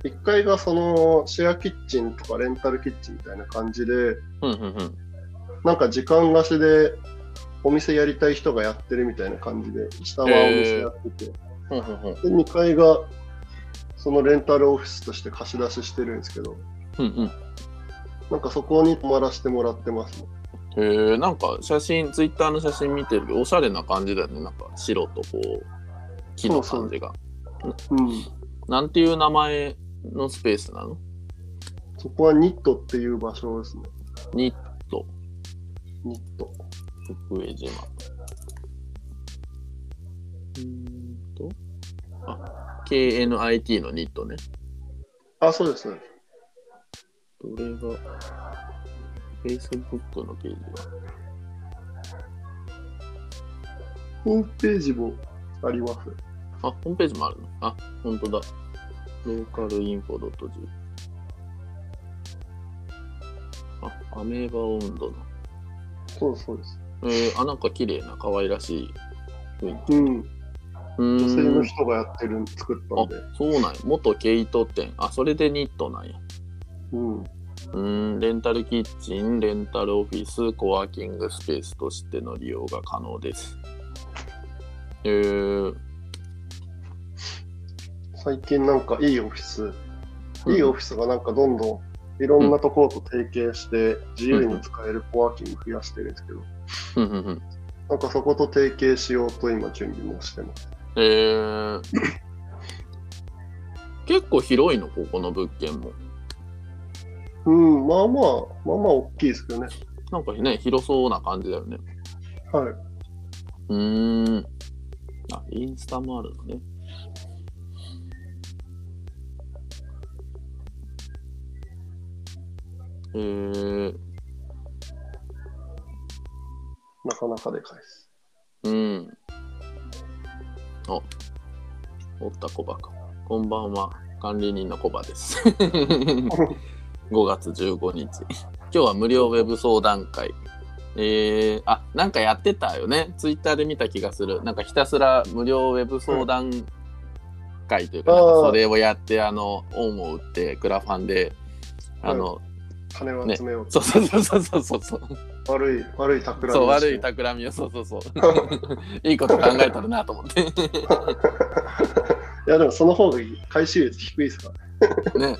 S1: の1階がそのシェアキッチンとかレンタルキッチンみたいな感じで、
S2: うんうんうん
S1: なんか時間貸しでお店やりたい人がやってるみたいな感じで、下はお店やってて、
S2: ほんほんほん
S1: で2階がそのレンタルオフィスとして貸し出ししてるんですけど、
S2: うん
S1: なんかそこに泊まらせてもらってますね。
S2: うんへえんか写真ツイッターの写真見てるけどおしゃれな感じだよねなんか白とこう木の感じが
S1: うん。
S2: なんていう名前のスペースなの
S1: そこはニットっていう場所ですね。
S2: ニッ
S1: ニット。
S2: 福江島。うーんと。あ、KNIT のニットね。
S1: あ、そうです。
S2: どれが、Facebook のページが。
S1: ホームページもあります。
S2: あ、ホームページもあるのあ、ほんとだ。ローカルインフォ .g。あ、アメーバ温度の。
S1: そうですそうです。
S2: えー、あ、なんか綺麗な、可愛らしい。
S1: うん。
S2: うーん
S1: 女性の人がやってる、作ったんで。
S2: あ、そうなんや。元毛糸店。あ、それでニットなんや。
S1: うん。
S2: うーん、レンタルキッチン、レンタルオフィス、コワーキングスペースとしての利用が可能です。えー、
S1: 最近なんかいいオフィス、
S2: うん
S1: いいオフィスがなんかどんどんいろんなところと提携して自由に使えるコワーキング増やしてるんですけど、
S2: ふんふんふん
S1: なんかそこと提携しようと今準備もしてます。
S2: えー、結構広いの、ここの物件も。
S1: うん、まあまあ、まあまあ大きいですけどね。
S2: なんかね、広そうな感じだよね。
S1: はい。
S2: うーん。あ、インスタもあるのね。えー、
S1: なかなかでかいです。
S2: うん。お、おったコバか。こんばんは、管理人のコバです。5月15日。今日は無料ウェブ相談会。えー、あ、なんかやってたよね。ツイッターで見た気がする。なんかひたすら無料ウェブ相談会というか、
S1: うん
S2: なんか
S1: あー
S2: それをやって、あの、恩を売って、クラファンで、あの、
S1: 金を集めようと、
S2: そうそうそうそうそうそう。
S1: 悪い、悪い企みをして
S2: そう、悪い企みを、そうそう そう。いいこと考えたるなと思って。
S1: いやでもその方が回収率低いですからね。
S2: ね、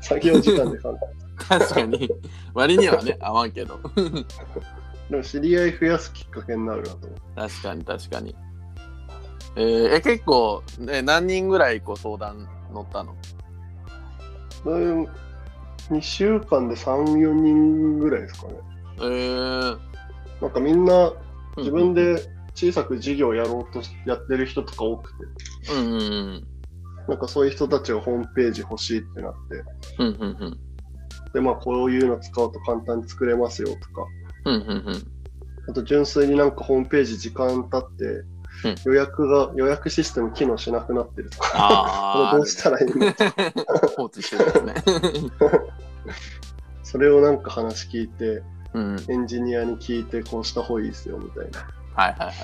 S1: 作業時間で考 え
S2: 確かに。割にはね、合わんけど。
S1: でも知り合い増やすきっかけになるなと思う。
S2: 確かに、確かに。えーえ、結構、ね、何人ぐらいこう相談乗ったの
S1: そういう2週間で3、4人ぐらいですかね。
S2: えー、
S1: なんかみんな
S2: うん
S1: 自分。で小さく事業やろうとしやってる人とか多くて、
S2: うんうんうん。
S1: なんかそういう人たちがホームページ欲しいってなって、
S2: うんうんうん。
S1: で、まあこういうの使うと簡単に作れますよとか、
S2: うんうん うん。
S1: あと純粋になんかホームページ時間経って
S2: うん、
S1: 予約が、予約システム機能しなくなってるとか、
S2: ああ。
S1: どう したらいい の
S2: 放置してるんですね。
S1: それをなんか話聞いて、
S2: うん。はい
S1: エンジニアに聞いてこうした方がいいですよみたいな
S2: はいはいはい。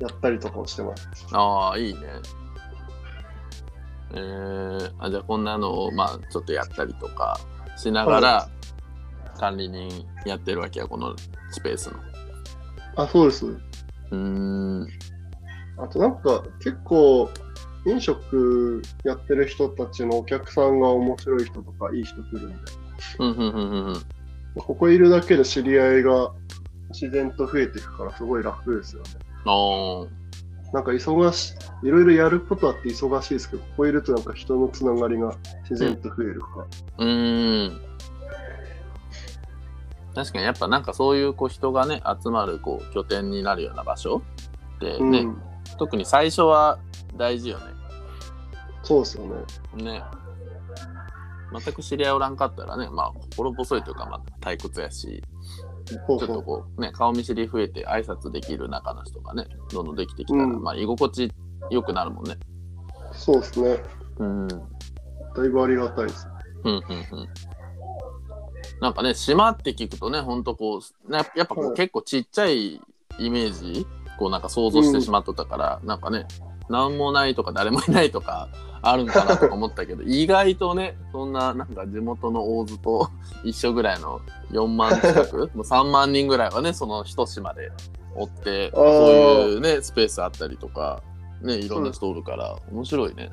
S1: やったりとかもしてます
S2: ああ、いいね。えー、あじゃあこんなのを、まあ、ちょっとやったりとかしながら管理人やってるわけや、このスペースの。
S1: あそうです
S2: うーん。
S1: あとなんか結構飲食やってる人たちのお客さんが面白い人とかいい人来るんで
S2: うんうんうんうんうん。
S1: ここいるだけで知り合いが自然と増えていくからすごい楽ですよね
S2: おー
S1: なんか忙しいろいろやることあって忙しいですけどここいるとなんか人のつながりが自然と増えるから、
S2: うーん。確かにやっぱなんかそういうこう人がね集まるこう拠点になるような場所で
S1: うん
S2: ね、特に最初は大事よね。
S1: そうですよね
S2: ね全く知り合いおらんかったらねまあ心細いというかまあ退屈やし
S1: そ
S2: ちょ
S1: う
S2: っ
S1: そ
S2: と
S1: う
S2: こうね顔見知り増えて挨拶できる仲の人がねどんどんできてきたら、
S1: うん
S2: まあ居心地良くなるもんね
S1: そうですね
S2: うんうん
S1: だいぶありがたいです
S2: うんうんなんかね島って聞くとねほんとこうなやっぱこ
S1: は
S2: う
S1: い
S2: 結構ちっちゃいイメージこうなんか想像してしまっとったから、なんかね何もないとか誰もいないとかあるんかなとか思ったけど意外とねそんななんか地元の大津と一緒ぐらいの4万近く もう3万人ぐらいはねその一島でおって
S1: あー
S2: そういうねスペースあったりとかねいろんな人おるから面白いね。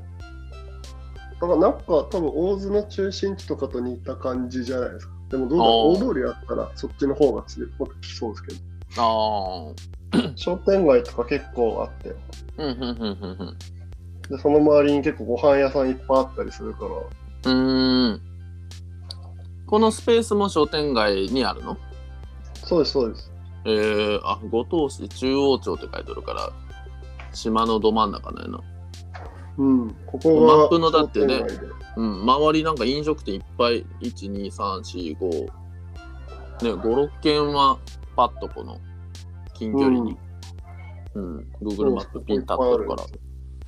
S1: だからなんか多分大津の中心地とかと似た感じじゃないですかでもどうだろ
S2: あー
S1: う大通りあったらそっちの方が強く来そうですけど
S2: ああ
S1: 商店街とか結構あって
S2: うんうんうんうんうん。
S1: でその周りに結構ご飯屋さんいっぱいあったりするから
S2: うーん。このスペースも商店街にあるの
S1: そうですそうです
S2: えー、あ、五島市中央町って書いてあるから、島のど真ん中なんやな。
S1: うんここ
S2: マッ
S1: が
S2: プのだってね
S1: 商店街で
S2: うん、周りなんか飲食店いっぱい、1、2、3、4、5、ね、5、6軒はパッとこの近距離に、うん、Google マップピン立ってるから。へ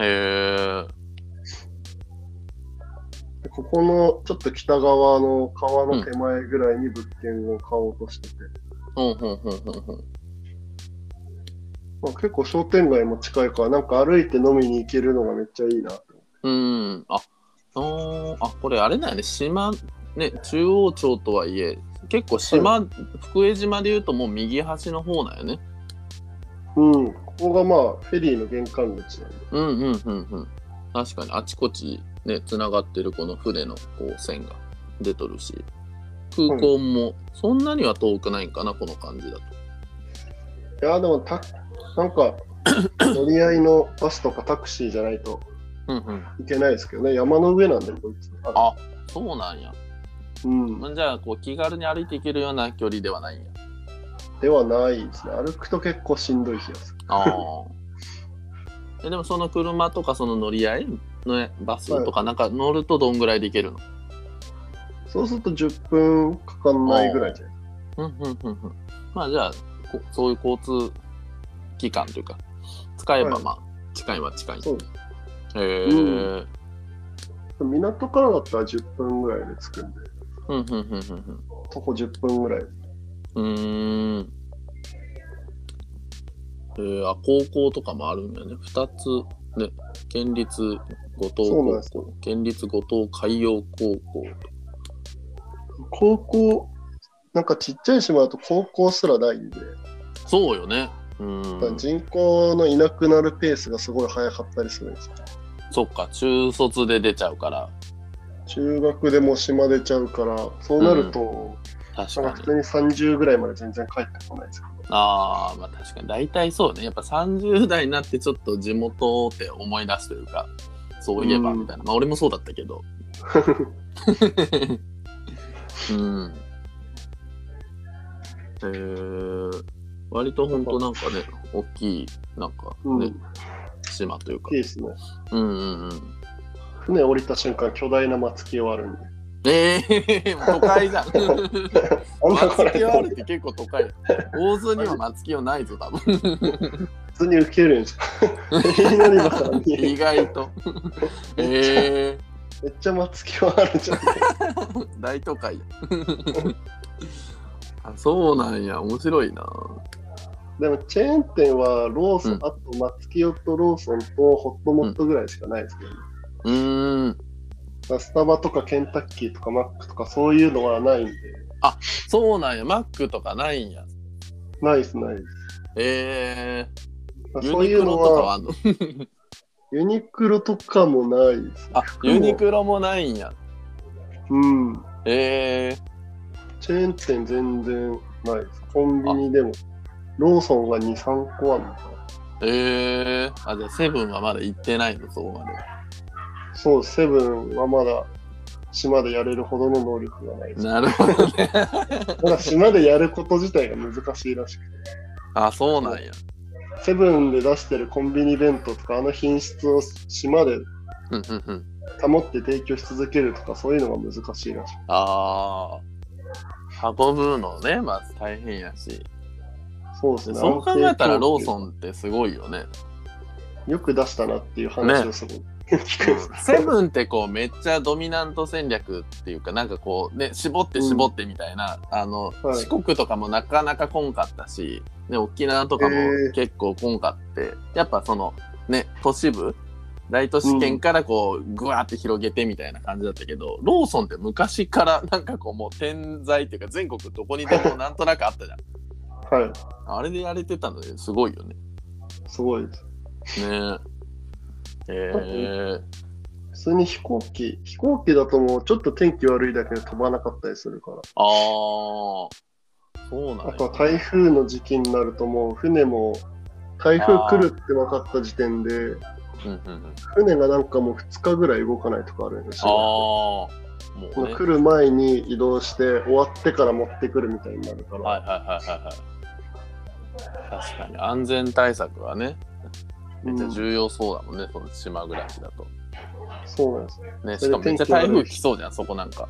S2: え
S1: でここのちょっと北側の川の手前ぐらいに物件を買おうとしてて、
S2: ー、うんうんうんうんうん。
S1: まあ、結構商店街も近いからなんか歩いて飲みに行けるのがめっちゃいいな
S2: うん、あ、そうあ、これあれだよね、島、ね、中央町とはいえ、結構島、福江島でいうともう右端の方なんよね。
S1: うんここがまあフェリーの玄関口なんで
S2: うんうんうんうん。確かに、あちこちね、つながってるこの船のこう線が出とるし、空港もそんなには遠くないんかな、この感じだと。
S1: いやーでもたなん か乗り合いのバスとかタクシーじゃないと
S2: うんうん。
S1: いけないですけどね山の上なんでこいつ
S2: あそうなんや。
S1: うん
S2: まじゃあ、こう気軽に歩いていけるような距離ではないんや。
S1: ではないですね歩くと結構しんどい気がする
S2: ああ。えでもその車とかその乗り合いのバスとかなんか乗るとどんぐらいで行けるの、
S1: そうすると10分かかんないぐらいじゃない
S2: うんうんうんうん。まあじゃあこそういう交通機関というか使えば
S1: はい
S2: まあ近いは近い。
S1: そうで
S2: へえ。う
S1: うんす港からだったら10分ぐらいで着くんで
S2: うんうんうんうん
S1: 徒歩10分ぐらい。
S2: うーん。えー、あ高校とかもあるんだよね。2つ、ね、県立五島
S1: そうなん
S2: 高
S1: です
S2: 校、県立五島海洋高校
S1: 高校なんかちっちゃい島だと高校すらないんで、
S2: そうよね。うん。
S1: 人口のいなくなるペースがすごい早かったりするんですよ
S2: そっか、中卒で出ちゃうから。
S1: 中学でもう島出ちゃうからそうなると、
S2: 確
S1: なん
S2: か
S1: か普
S2: に。
S1: 通に30ぐらいまで全然帰ってこないですけ
S2: ああ、まあ確かに。大体そうね。やっぱ30代になってちょっと地元って思い出すというか、そういえば
S1: うん
S2: みたいな。まあ俺もそうだったけ ど。うん。えー、割と本当なんかね、大きい、なんかね、
S1: うん
S2: 島というか
S1: ど。いい。ですね
S2: うんうんうん。
S1: 船降りた瞬間巨大な松木をあるんで
S2: ええー、 もう都会じ ゃん。
S1: あんまこ
S2: 松
S1: れ
S2: 木はあるって結構都会。大津には松木はないぞ、多分。
S1: 普通に受けるん ですよいいなり場から見える
S2: 意外 と。ええ
S1: めっちゃ松木はあるじゃん
S2: ー、大都会や。 あそうなんや面白いな
S1: でもチェーン店はローソン、
S2: うん
S1: あと松清とローソンとホットモットぐらいしかないですけど、ね
S2: うーん
S1: だからスタバとかケンタッキーとかマックとかそういうのはないんで、
S2: そうなんやマックとかないんや
S1: ないですないです。
S2: え
S1: だか
S2: ー、
S1: ら
S2: ユ
S1: そう
S2: ニ
S1: いう
S2: ク
S1: の
S2: ロとかは
S1: は
S2: あんの
S1: ユニクロとかもないです。
S2: あ
S1: クロ
S2: ユニクロもないんや
S1: うん。
S2: え
S1: チェーン店全然ないです。コンビニでも。ローソンが2、3個あるのか
S2: ー、えー、あじゃあセブンはまだ行ってないのそこまで
S1: な。そう、セブンはまだ島でやれるほどの能力がないです。
S2: なるほど ね
S1: まだ島でやること自体が難しいらしくて。
S2: あそうなんや
S1: セブンで出してるコンビニ弁当とか、あの品質を島で
S2: うんうんうん
S1: 保って提供し続けるとか、そういうのが難しいらしい。
S2: ああ運ぶのねまず大変やし
S1: そうですね。
S2: そう考えたらローソ
S1: ン。
S2: ンってすごいよね
S1: よく出したなっていう話をすごい、聞くんです。
S2: セブンってこうめっちゃドミナント戦略っていうかなんかこうね絞って絞ってみたいな、あの
S1: はい
S2: 四国とかもなかなか来んかったし、ね、沖縄とかも
S1: へー
S2: 結構来んかって、やっぱそのね都市部大都市圏からこうぐわーって広げてみたいな感じだったけど、ローソンって昔からなんかこうもう点在っていうか全国どこにでもなんとなくあったじゃん
S1: はい。
S2: あれでやれてたのですごいよね
S1: すごいです。
S2: ねえー、
S1: 普通に飛行機、飛行機だともうちょっと天気悪いだけで飛ばなかったりするから、
S2: あーそうなん
S1: あ
S2: や
S1: とは台風の時期になるともう船も、台風来るって分かった時点で、
S2: うんうんうん
S1: 船がなんかもう2日ぐらい動かないとかあるんです
S2: ああ
S1: よ。
S2: もう
S1: もう
S2: ね
S1: 来る前に移動して、終わってから持ってくるみたいになるから、
S2: はいはいはいはいはい確かに安全対策はねめっちゃ重要そうだもんね、その島暮らしだと
S1: そうなんですよ。
S2: ね
S1: それで
S2: しかもめっちゃ台風来そうじゃんそこなんか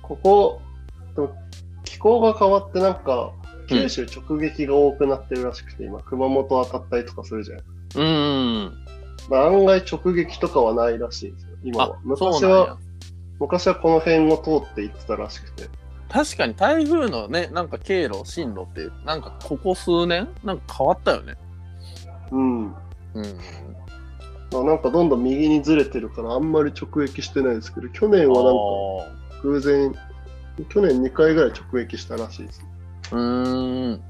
S1: ここ、でも気候が変わってなんか、九州直撃が多くなってるらしくて、今、熊本当たったりとかするじゃん。
S2: うーん
S1: まあ案外直撃とかはないらしいですよ、今は
S2: あ。そう
S1: 昔
S2: なん
S1: は
S2: や
S1: 昔はこの辺を通って行ってたらしくて、
S2: 確かに台風のねなんか経路進路ってなんかここ数年なんか変わったよね
S1: うん、ま
S2: うん
S1: あ、なんかどんどん右にずれてるからあんまり直撃してないですけど、去年はな
S2: あ
S1: んか偶然、去年2回ぐらい直撃したらしいです。
S2: うーん。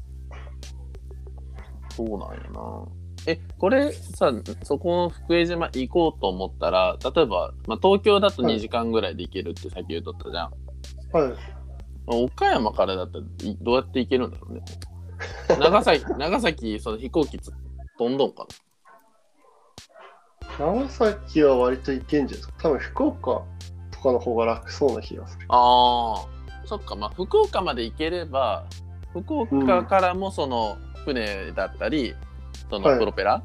S2: そうなんやな。え、これさ、そこの福江島行こうと思ったら、例えば、まあ、東京だと
S1: はい
S2: 2時間ぐらいで行けるってさっき言うとったじゃん。
S1: はい、
S2: 岡山からだったらいどうやって行けるん だろうね。長崎、長崎、その飛行機つ飛んどんか
S1: 長崎は割と行けんじゃないですか。多分福岡とかの方が楽そうな気がする。
S2: な。ああ、そっか、まあ、福岡まで行ければ、福岡からもその船だったり、そ
S1: は
S2: の
S1: い
S2: プロペラ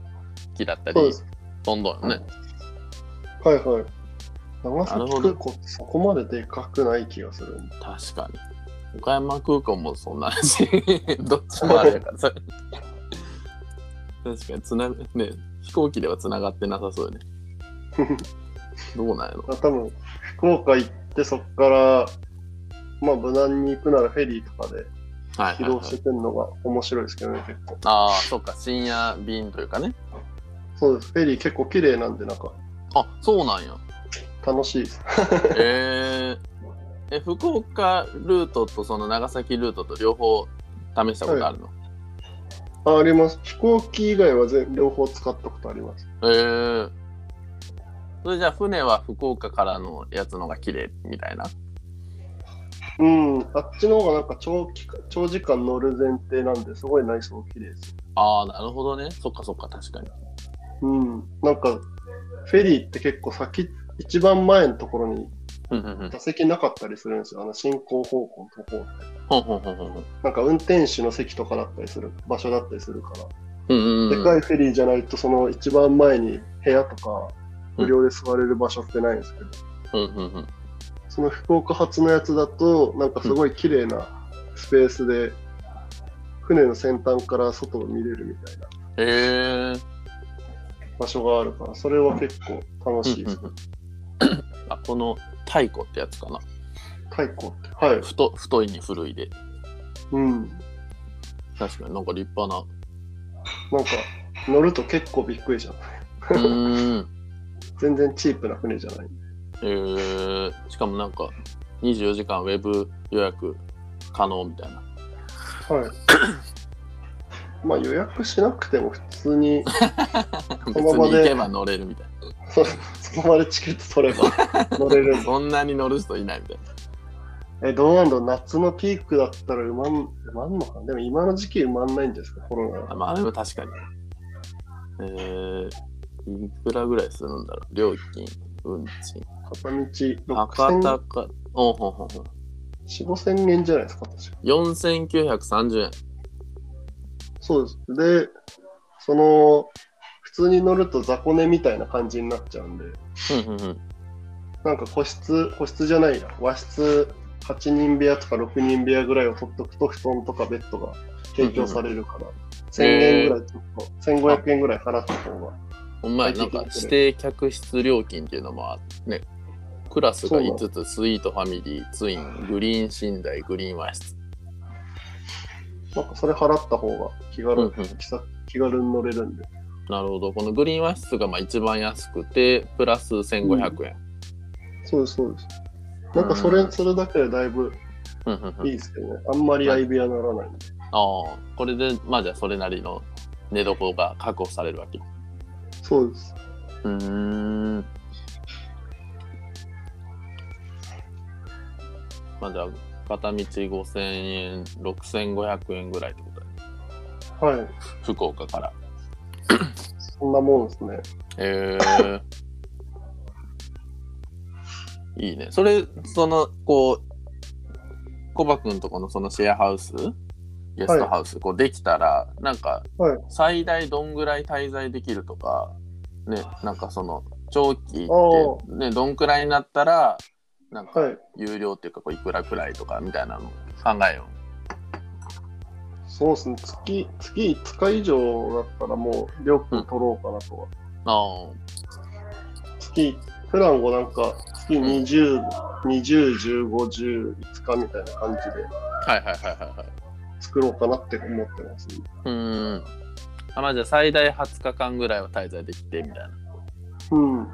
S2: 機だったり
S1: そう、です。
S2: 飛んどんよね。
S1: はいはい。長
S2: なるほ
S1: 崎
S2: ど
S1: 空港ってそこまででかくない気がする。
S2: 確かに岡山空港もそんな話 どっちもあれやからさ確かにつなね飛行機ではつながってなさそうよ ねどうなんやろ
S1: まあ、多分福岡行ってそこから、まあ、無難に行くならフェリーとかで
S2: はい
S1: 移
S2: はい、
S1: 動
S2: は
S1: して
S2: い、
S1: くるのが面白いですけどね、結構。
S2: ああそっか深夜便というかね
S1: そうです、フェリー結構綺麗なんで、なんか
S2: あそうなんや
S1: 楽しいです。
S2: えー、え福岡ルートとその長崎ルートと両方試したことあるの、
S1: ああります。飛行機以外は全両方使ったことあります。
S2: えーそれじゃあ船は福岡からのやつのが綺麗みたいな
S1: うん、あっちの方がなんか長期間長時間乗る前提なんで、すごい内装綺麗です。
S2: ああなるほどねそっかそっか確かに
S1: うん、なんかフェリーって結構先、一番前のところに
S2: うんうんうん
S1: 座席なかったりするんですよ、あの進行方向のところ。
S2: ほんほんほんほんほん
S1: なんか運転手の席とかだったりする、場所だったりするから。
S2: うんうんう
S1: で
S2: ん
S1: かいフェリーじゃないと、その一番前に部屋とか、無料で座れる場所ってないんですけど、
S2: うんうんうん
S1: その福岡発のやつだと、なんかすごい綺麗なスペースで、船の先端から外を見れるみたいな
S2: へえ
S1: 場所があるから、それは結構楽しいです。
S2: あこの太鼓ってやつかな
S1: 太鼓って。はい。
S2: 太太いに古いで
S1: うん。
S2: 確かになんか立派な。
S1: なんか、乗ると結構びっくりじゃん。
S2: うーん。
S1: 全然チープな船じゃない。
S2: えー、しかもなんか、24時間ウェブ予約可能み たいな。
S1: はい。まあ予約しなくても普通に、
S2: 別
S1: の場
S2: に
S1: で
S2: 行けば乗れるみたい
S1: そその場でチケット取れば乗れる
S2: な。。そんなに乗る人いないみたい
S1: え、どうなんだろう夏のピークだったら埋まん、埋まんのかなでも今の時期埋まんないんじゃないですか、コロナ
S2: な。
S1: は。
S2: まあでも確かに。えー、いくらぐらいするんだろう料金、運賃。
S1: 片道6000
S2: 博多か。おうほうほうほう。
S1: 4、5000円じゃないですか、確か。
S2: 4930円。
S1: そうです。で、その、普通に乗ると雑魚寝みたいな感じになっちゃうんで、
S2: うんうんうん。
S1: なんか個室、個室じゃないや、和室8人部屋とか6人部屋ぐらいを取っとくと、布団とかベッドが提供されるから、1000円ぐらいちょっと、1500円ぐらい払った方が。
S2: お前、なんか指定客室料金っていうのもあね。クラスが5つ、スイートファミリー、ツイン、グリーン寝台、グリーン和室。
S1: なんかそれ払った方が気軽、
S2: うんうん
S1: 気さ気軽に乗れるんで。
S2: なるほど。このグリーン和室がまあ一番安くて、プラス1500円。
S1: そうです、そうです。なんかそれ、
S2: うん
S1: それだけでだいぶ
S2: うんうんうん
S1: いいですけどね。あんまり相部屋ならないんで。
S2: ああ、これで、まあじゃあそれなりの寝床が確保されるわけ。う
S1: そうです。
S2: ーん。まあじゃあ、片道5000円、6500円ぐらいってことだね。
S1: はい。
S2: 福岡から。
S1: そんなもんですね。
S2: ええいいね。それ、その、こう、コバくんとこのそのシェアハウス、ゲストハウス、こうできたら、なんか
S1: はい、
S2: 最大どんぐらい滞在できるとか、ね、なんかその、長期
S1: お
S2: って、ね、どんくらいになったら、なんか、
S1: はい。
S2: 有料っていうか、こういくらくらいとか、みたいなの考えよ
S1: そうですね。月、月5日以上だったらもう料金取ろうかなとは。
S2: う。あ
S1: 月、プランをなんか月20、20、15、10、5日みたいな感じで
S2: あ、はいはいはいはいはい。
S1: 作ろうかなって思ってます、ね。
S2: うーん。あまあじゃあ最大20日間ぐらいは滞在できて、みたいな。
S1: うん。
S2: もう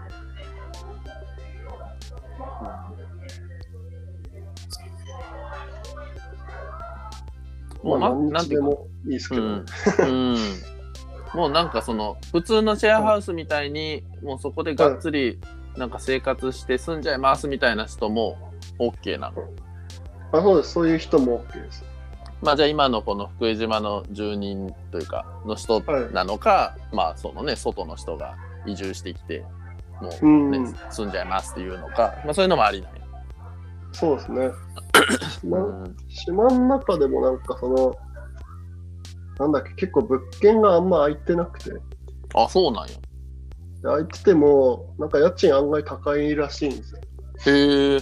S1: まあ、
S2: な
S1: 何
S2: なん
S1: 日
S2: て
S1: で
S2: いうか
S1: もいいですけどね。
S2: うん、もうなんかその普通のシェアハウスみたいに、もうそこでがっつりなんか生活して住んじゃいますみたいな人も OK なの。
S1: あそうです、そういう人も OK です。
S2: まあじゃあ今のこの福江島の住人というかの人なのか、まあそのね外の人が移住してきても
S1: う、
S2: うんね、住んじゃいますっていうのか、まあそういうのもありない。
S1: そうですね。
S2: う
S1: 島
S2: ん、
S1: 島の中でもなんかその、なんだっけ、結構物件があんま空いてなくて、で
S2: あそうなんや。
S1: 空いてても、なんか家賃案外高いらしいんですよ。
S2: へえ。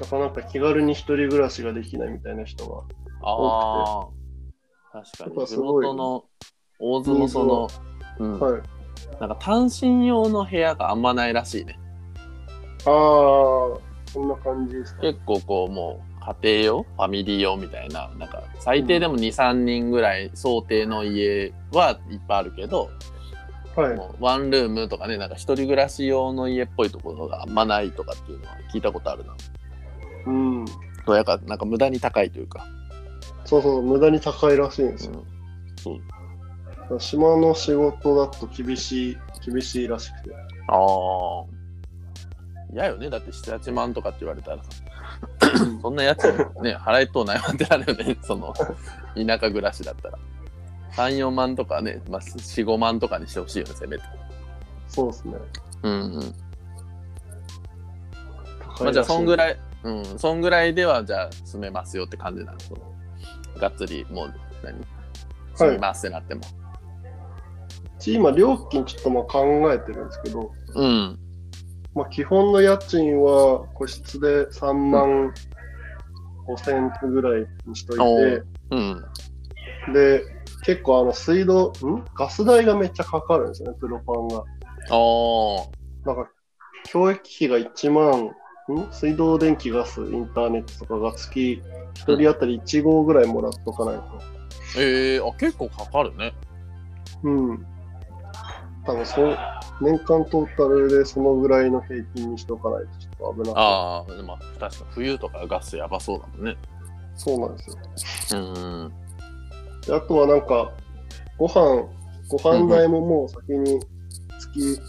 S1: だからなんか気軽に一人暮らしができないみたいな人が。
S2: ああ。確
S1: や
S2: か
S1: っ
S2: に
S1: ぱ
S2: 地
S1: すごい
S2: 元の大津のその、うん、
S1: はい。
S2: なんか単身用の部屋があんまないらしいね。
S1: ああ、そんな感じですか。
S2: 結構こうもう家庭用、ファミリー用みたいな、なんか最低でも2、3人ぐらい想定の家はいっぱいあるけど、
S1: はい。
S2: もうワンルームとかね、なんか一人暮らし用の家っぽいところがあんまないとかっていうのは聞いたことあるな。
S1: うん。
S2: そうやからなんか無駄に高いというか。
S1: そうそう、無駄に高いらしいんです
S2: う
S1: よ。
S2: んそう。
S1: 島の仕事だと厳しい、厳しいらしくて。
S2: ああ。嫌よね。だって7、8万とかって言われた らさ、そんな家賃ね、払えとうないわってなるよね。 その、田舎暮らしだったら。3、4万とかね、まあ、4、5万とかにしてほしいよね、せめて。
S1: そうですね。
S2: うんうん。
S1: 高
S2: まあ、じゃあ、そんぐ
S1: い
S2: らい、うん、そんぐらいでは、じゃあ、住めますよって感じなの。そのがっつり、もう、何住みますってなっても。
S1: らしい。今、料金ちょっとまあ考えてるんですけど、
S2: うん。
S1: まあ、基本の家賃は個室で3万5千ぐらいにしと
S2: お
S1: い
S2: うん。
S1: て、で、結構あの水道、んガス代がめっちゃかかるんですよね、プロパンが。
S2: おー。
S1: なんか、教育費が1万、ん水道、電気、ガス、インターネットとかが月1人当たり1号ぐらいもらっとかないと。
S2: えー、あ、結構かかるね。
S1: うん。多分そう、年間トータルでそのぐらいの平均にしとかないとちょっと危なくて。
S2: ああ、でも確か冬とかガスやばそうだもんね。
S1: そうなんですよ。
S2: うん。
S1: であとはなんか、ご飯、ご飯代ももう先に月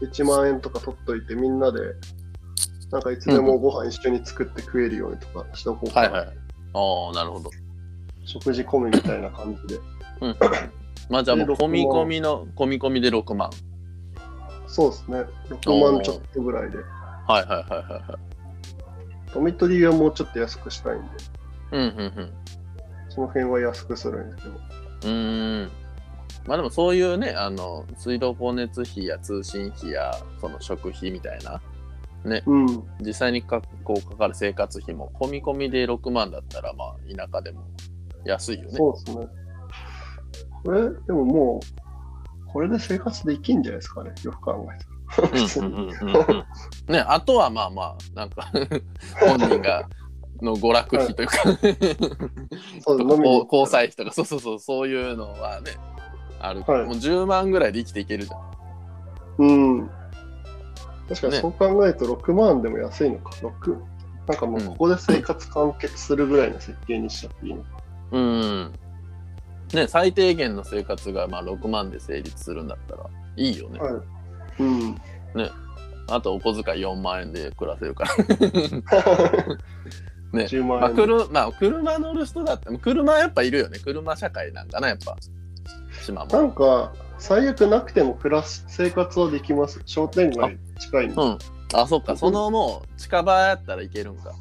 S1: 1万円とか取っといて、みんなで、なんかいつでもご飯一緒に作って食えるようにとかしとこうか
S2: は
S1: な。
S2: いはい。ああ、なるほど。
S1: 食事込みみたいな感じで。
S2: うん。まあじゃあもう
S1: で
S2: 込み込みの、込み込みで6万。
S1: そうですね。6万ちょっとぐらいで。
S2: はいはいはいはいはい。
S1: 富取りはもうちょっと安くしたいんで、
S2: うんうん
S1: その辺は安くするんですけど。
S2: うん。うーん。まあでもそういうね、あの、水道光熱費や通信費や、その食費みたいな、
S1: うん。
S2: 実際にかこうかかる生活費も込み込みで6万だったらまあ田舎でも安いよね。
S1: そうですね。これ、でももう、これで生活できんじゃないですかね、よく考えたら。
S2: うんうんうんうんうん ねあとはまあまあなんか 本人がの娯楽費というか
S1: そう飲みに
S2: こう交際費とかそうそうそうそういうのはねある、
S1: はい
S2: もう10万ぐらいで生きていけるじゃん。
S1: うん。確かに
S2: ね
S1: そう考えると6万でも安いのか、6。なんかもうここで生活完結するぐらいの設計にしちゃっていいのか。
S2: うんね、最低限の生活がまあ6万で成立するんだったらいいよね、
S1: はい。うん。
S2: あとお小遣い4万円で暮らせるから ね
S1: 10万円。
S2: まあ、車まあ車乗る人だって車やっぱいるよね車社会なんかなやっぱ島
S1: な
S2: も
S1: んか、最悪なくても暮らす生活はできます。商店街近いんで。
S2: うんあそっかそのもう近場やったらいけるんか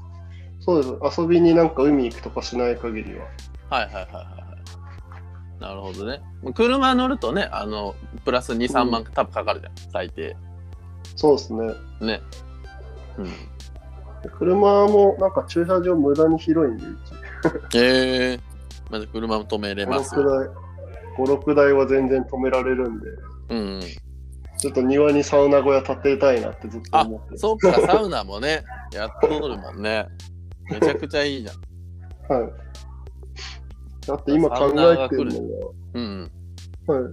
S1: そうです。遊びになんか海行くとかしない限りは。
S2: はいはいはいはいはいなるほどねもう車乗るとねあのプラス23万多分かかるじゃん最低
S1: そうですね。
S2: ねうん
S1: 車もなんか駐車場無駄に広いんで、うち。
S2: へえまず車も止めれ
S1: 5、
S2: ます
S1: 6台。5、6台は全然止められるんで、
S2: うんうん
S1: ちょっと庭にサウナ小屋建てたいなってずっと
S2: あ
S1: 思って。
S2: そっかサウナもねやっと取るもんねめちゃくちゃいいじゃん
S1: はい。だって今考えてる
S2: サウナが来
S1: のが、
S2: うんうん
S1: はい。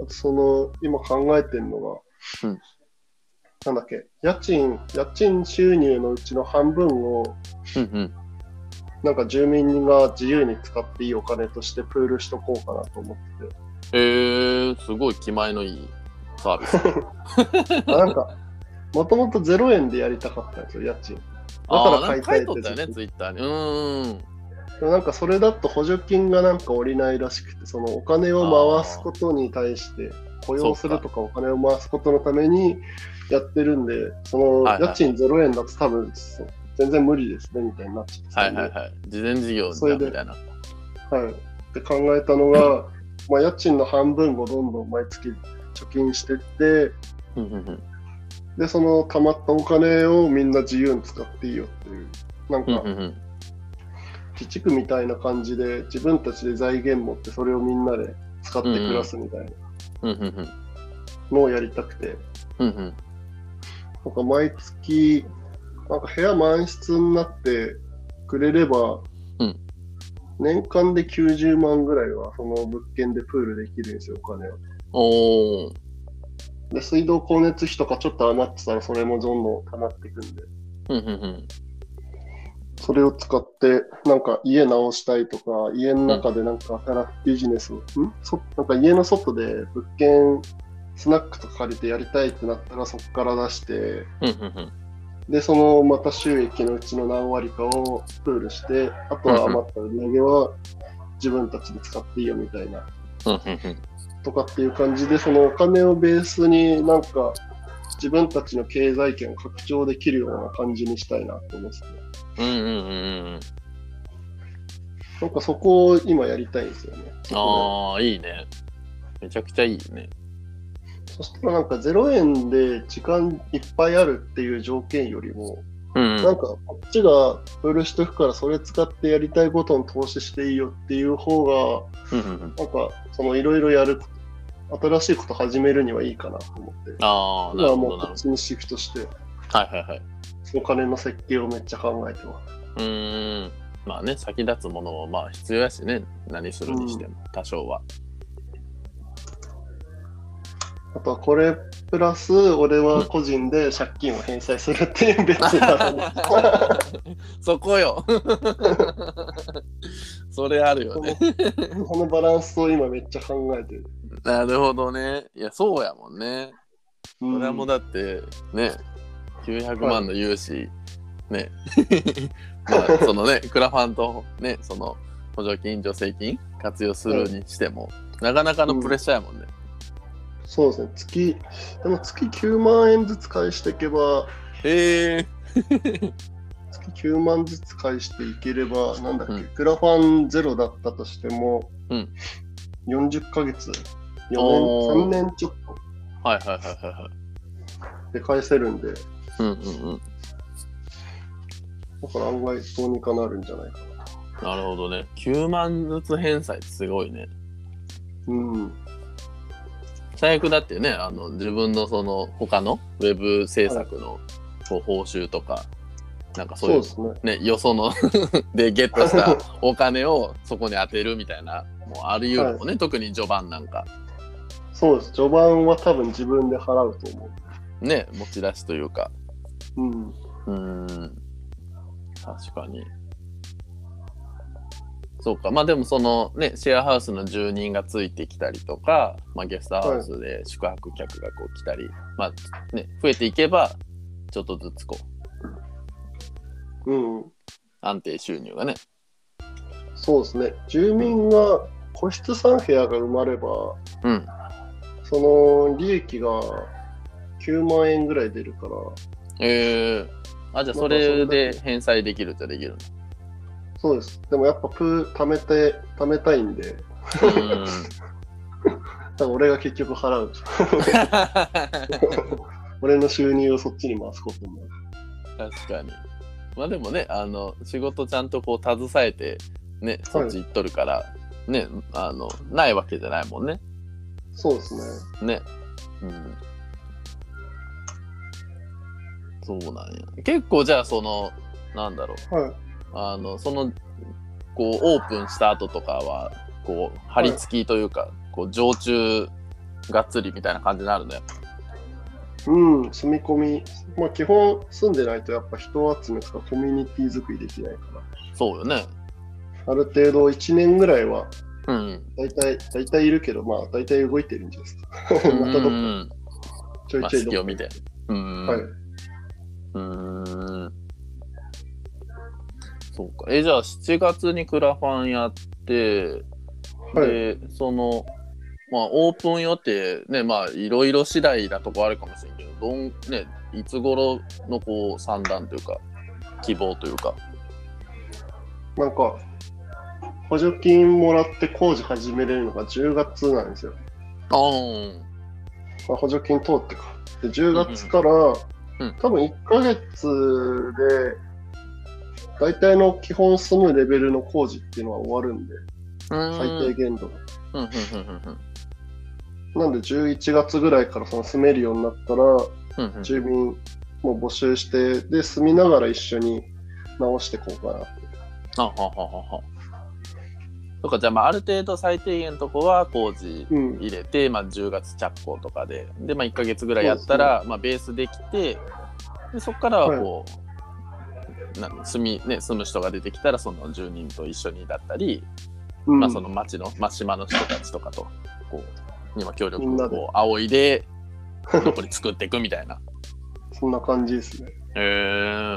S1: あとその、今考えてるのが、
S2: うん
S1: なんだっけ、家賃、家賃収入のうちの半分を、
S2: うんうん
S1: なんか住民が自由に使っていいお金としてプールしとこうかなと思って
S2: へえすごい気前のいいサービス。
S1: て、なんか、もともと0円でやりたかったんですよ、家賃。だ
S2: あ
S1: か
S2: あ、
S1: ら
S2: な
S1: 買
S2: ん
S1: い
S2: か
S1: たい
S2: 書
S1: っ
S2: いとった
S1: て
S2: よね、ツイッターに。うーん。
S1: でもなんかそれだと補助金がなんか下りないらしくて、そのお金を回すことに対して、雇用するとかお金を回すことのためにやってるんで、その
S2: はいはい
S1: 家賃0円だと多分そう全然無理ですねみたいになっちゃって
S2: は
S1: た
S2: い
S1: んで、
S2: はいはい。事前事業
S1: それ
S2: だ
S1: で
S2: みたいな。
S1: はいで考えたのが、まあ家賃の半分をどんどん毎月貯金してって、
S2: うんうんうん
S1: で、その貯まったお金をみんな自由に使っていいよっていう、なん
S2: うん
S1: か
S2: うんうん
S1: 自治区みたいな感じで自分たちで財源持ってそれをみんなで使って暮らすみたいな。
S2: うんうんうん
S1: のをやりたくて、
S2: うんうん
S1: なんか毎月、なんか部屋満室になってくれれば、
S2: うん
S1: 年間で90万ぐらいはその物件でプールできるんですよ、お金は。
S2: おお。
S1: で、水道光熱費とかちょっと余ってたらそれもどんどん溜まっていくんで、
S2: うんうんうん
S1: それを使って、なんか家直したいとか、家の中でなんか新しいビジネスを、んそなんか家の外で物件、スナックとか借りてやりたいってなったらそこから出して、
S2: うんうんうん
S1: で、そのまた収益のうちの何割かをプールして、あとは余った売り上げは自分たちで使っていいよみたいな、
S2: うんうんうん
S1: とかっていう感じで、そのお金をベースになんか自分たちの経済圏を拡張できるような感じにしたいなと思ってて、
S2: うんうんうんうん
S1: なんかそこを今やりたいんですよね。そこ
S2: ああ、いいね。めちゃくちゃいいね。
S1: でそしたらなんか0円で時間いっぱいあるっていう条件よりも、
S2: うんうん
S1: なんかこっちがプールしとくからそれ使ってやりたいことに投資していいよっていう方が、
S2: うんうんうん
S1: なんか、そのいろいろやる、新しいこと始めるにはいいかなと思って、
S2: ああ、
S1: 今
S2: なる
S1: は
S2: ほ
S1: も
S2: ど
S1: うこ
S2: なるほ
S1: っちにシフトして、
S2: ど。はいはいはい。
S1: お金の設計をめっちゃ考えてます。
S2: うーん。まあね、先立つものもまあ必要やしね、何するにしても、多少 は。
S1: あとはこれプラス、俺は個人で借金を返済するっていう別な、 ね、
S2: そ こよ。それあるよね。
S1: このバランスを今めっちゃ考えてる。
S2: なるほどね。いや、そうやもんね。
S1: う
S2: そ
S1: ん
S2: れはもうだって、ね、900万の融資、 ね、まあそのね、クラファンとね、その補助金、助成金活用するにしても、なかなかのプレッシャーやもんね。
S1: そうですね、月、でも月9万円ずつ返していけば、
S2: へえ
S1: 月9万ずつ返していければ、なんだっけ、
S2: うん
S1: クラファンゼロだったとしても、
S2: うん
S1: 40ヶ月、4年、
S2: おー
S1: 3年ちょっ
S2: はいはいはいはいはい。
S1: とで返せるんで、だ
S2: うんうんうん。
S1: から案外どうにかなるんじゃないかな。
S2: なるほどね。9万ずつ返済ってすごいね。
S1: うん、
S2: 最悪だってね、あの自分のその他のウェブ制作のこう報酬とか、なんかそう
S1: そう
S2: いう
S1: ですね。
S2: ね、よその でゲットしたお金をそこに当てるみたいな、もうあり得るもんね、特に序盤なんか、
S1: そうです。序盤は多分自分で払うと思
S2: ね、持ち出しというか。
S1: う。うん。
S2: うーん、確かに。そうか、まあでもそのね、シェアハウスの住人がついてきたりとか、まあ、ゲストハウスで宿泊客がこう来たり、まあね、増えていけば、ちょっとずつこう、
S1: うん。
S2: 安定収入がね。
S1: そうですね。住民が個室3部屋が埋まれば、
S2: うん。
S1: その利益が9万円ぐらい出るから、
S2: えー、あ、じゃあそれで返済できるっちゃできるの
S1: そうです。でもやっぱプー貯めて、貯めたいんで、
S2: う
S1: だから俺が結局払う。
S2: ーん
S1: 俺の収入をそっちに回すことになる。
S2: 確かに。まあでもね、あの仕事ちゃんとこう携えて、ね、そっち行っとるから、ね、あのないわけじゃないもんね。
S1: そうですね。
S2: ね。うん。そうなんや。結構じゃあその、なんだろう、
S1: はい。
S2: あのその、こうオープンした後とかは、こう張り付きというか、こう常駐がっつりみたいな感じになるのよ。
S1: うん、住み込み。まあ基本住んでないとやっぱ人集めとかコミュニティ作りできないから。
S2: そうよね。
S1: ある程度1年ぐらいは
S2: うん。
S1: 大体、大体いるけど、まあ大体動いてるんじゃないです
S2: う
S1: か。 またどっか
S2: ん
S1: ちょい
S2: まあ、
S1: ちょいどっ
S2: 隙
S1: か
S2: を見て。うん。
S1: はい。
S2: うーん。そうか。え、じゃあ7月にクラファンやって、
S1: はい。
S2: で、その、まあ、オープン予定、ね、まあ、いろいろ次第なとこあるかもしれんけど、どん、ね、いつ頃のこう、算段というか、希望というか。
S1: なんか、補助金もらって工事始めれるのが10月なんですよ。
S2: あー
S1: まあ、補助金通ってか。で、10月から、
S2: うん
S1: 多分1ヶ月で、大体の基本住むレベルの工事っていうのは終わるんで、
S2: うーん。
S1: 最低限度の。
S2: うん、うん、うん、うん
S1: なんで11月ぐらいからその住めるようになったら、
S2: うん、うん。
S1: 住民も募集して、で、住みながら一緒に直していこうかなって。
S2: あはははは。そうか、じゃあ、まあ、ある程度最低限のとこは工事
S1: うん。
S2: 入れて、まあ、10月着工とかでで、まあ、1か月ぐらいやったら、まあ、ベースできてでそこからはこう、なん住みね、住む人が出てきたらその住人と一緒にだったり、
S1: うん
S2: まあ、その町の、まあ、島の人たちとかとこう今協力
S1: みんな
S2: を
S1: で
S2: こう仰 いで残り作っていくみたいな。
S1: そんな感じですね。
S2: へえ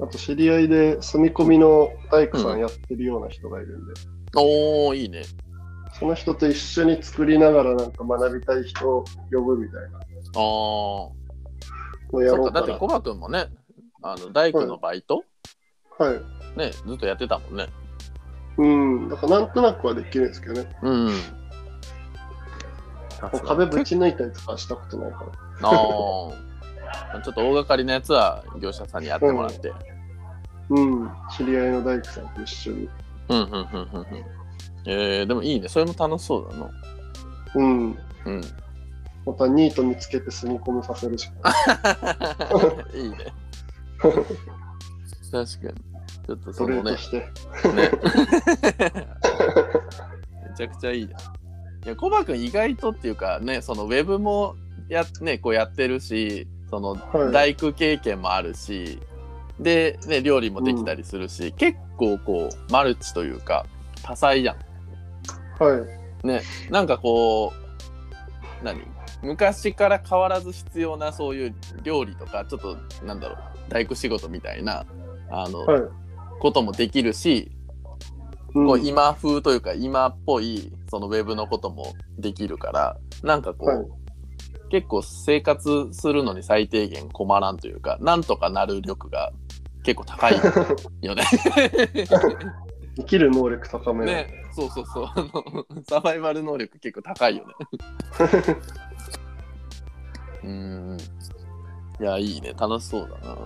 S1: あと知り合いで住み込みの大工さんやってるような人がいるんで、
S2: おーいいね。
S1: その人と一緒に作りながらなんか学びたい人を呼ぶみたいな
S2: あー
S1: のをや
S2: そ
S1: ろ
S2: う
S1: う
S2: か
S1: か
S2: だって
S1: な。
S2: コバ君もねあの大工のバイト、
S1: はい。
S2: ね、ずっとやってたもんね。
S1: うん。だからなんとなくはできるんですけどね。
S2: うん
S1: もう壁ぶち抜いたりとかしたことないから。
S2: ああ。 ちょっと大掛かりなやつは業者さんにやってもらって。
S1: うん。知り合いの大工さんと一緒に。
S2: うん、うん、うん、うん。うんえー、でもいいね。それも楽しそうだな。
S1: うん。
S2: うん。
S1: またニート見つけて住み込みさせるしかない。
S2: いいね。確かに。ちょっと
S1: ト
S2: そ
S1: レ
S2: の
S1: ー
S2: ね
S1: ドして。
S2: ねめちゃくちゃいいじゃん。いや、コバ君意外とっていうかね、そのウェブもや,、ね、こうやってるし、その
S1: はい
S2: 大工経験もあるし、で、ね、料理もできたりするし、結構こう、マルチというか、多彩じゃん。
S1: はい。
S2: なんかこう、何昔から変わらず必要なそういう料理とか、ちょっとなんだろう、大工仕事みたいな、あの、
S1: はい。
S2: こともできるし、
S1: うん
S2: こう今風というか今っぽいそのウェブのこともできるからなんかこう、
S1: はい
S2: 結構生活するのに最低限困らんというかなんとかなる力が結構高いよね。
S1: 生きる能力高める。
S2: ねそうそうそうあのサバイバル能力結構高いよね。 うーんいやいいね楽しそうだな。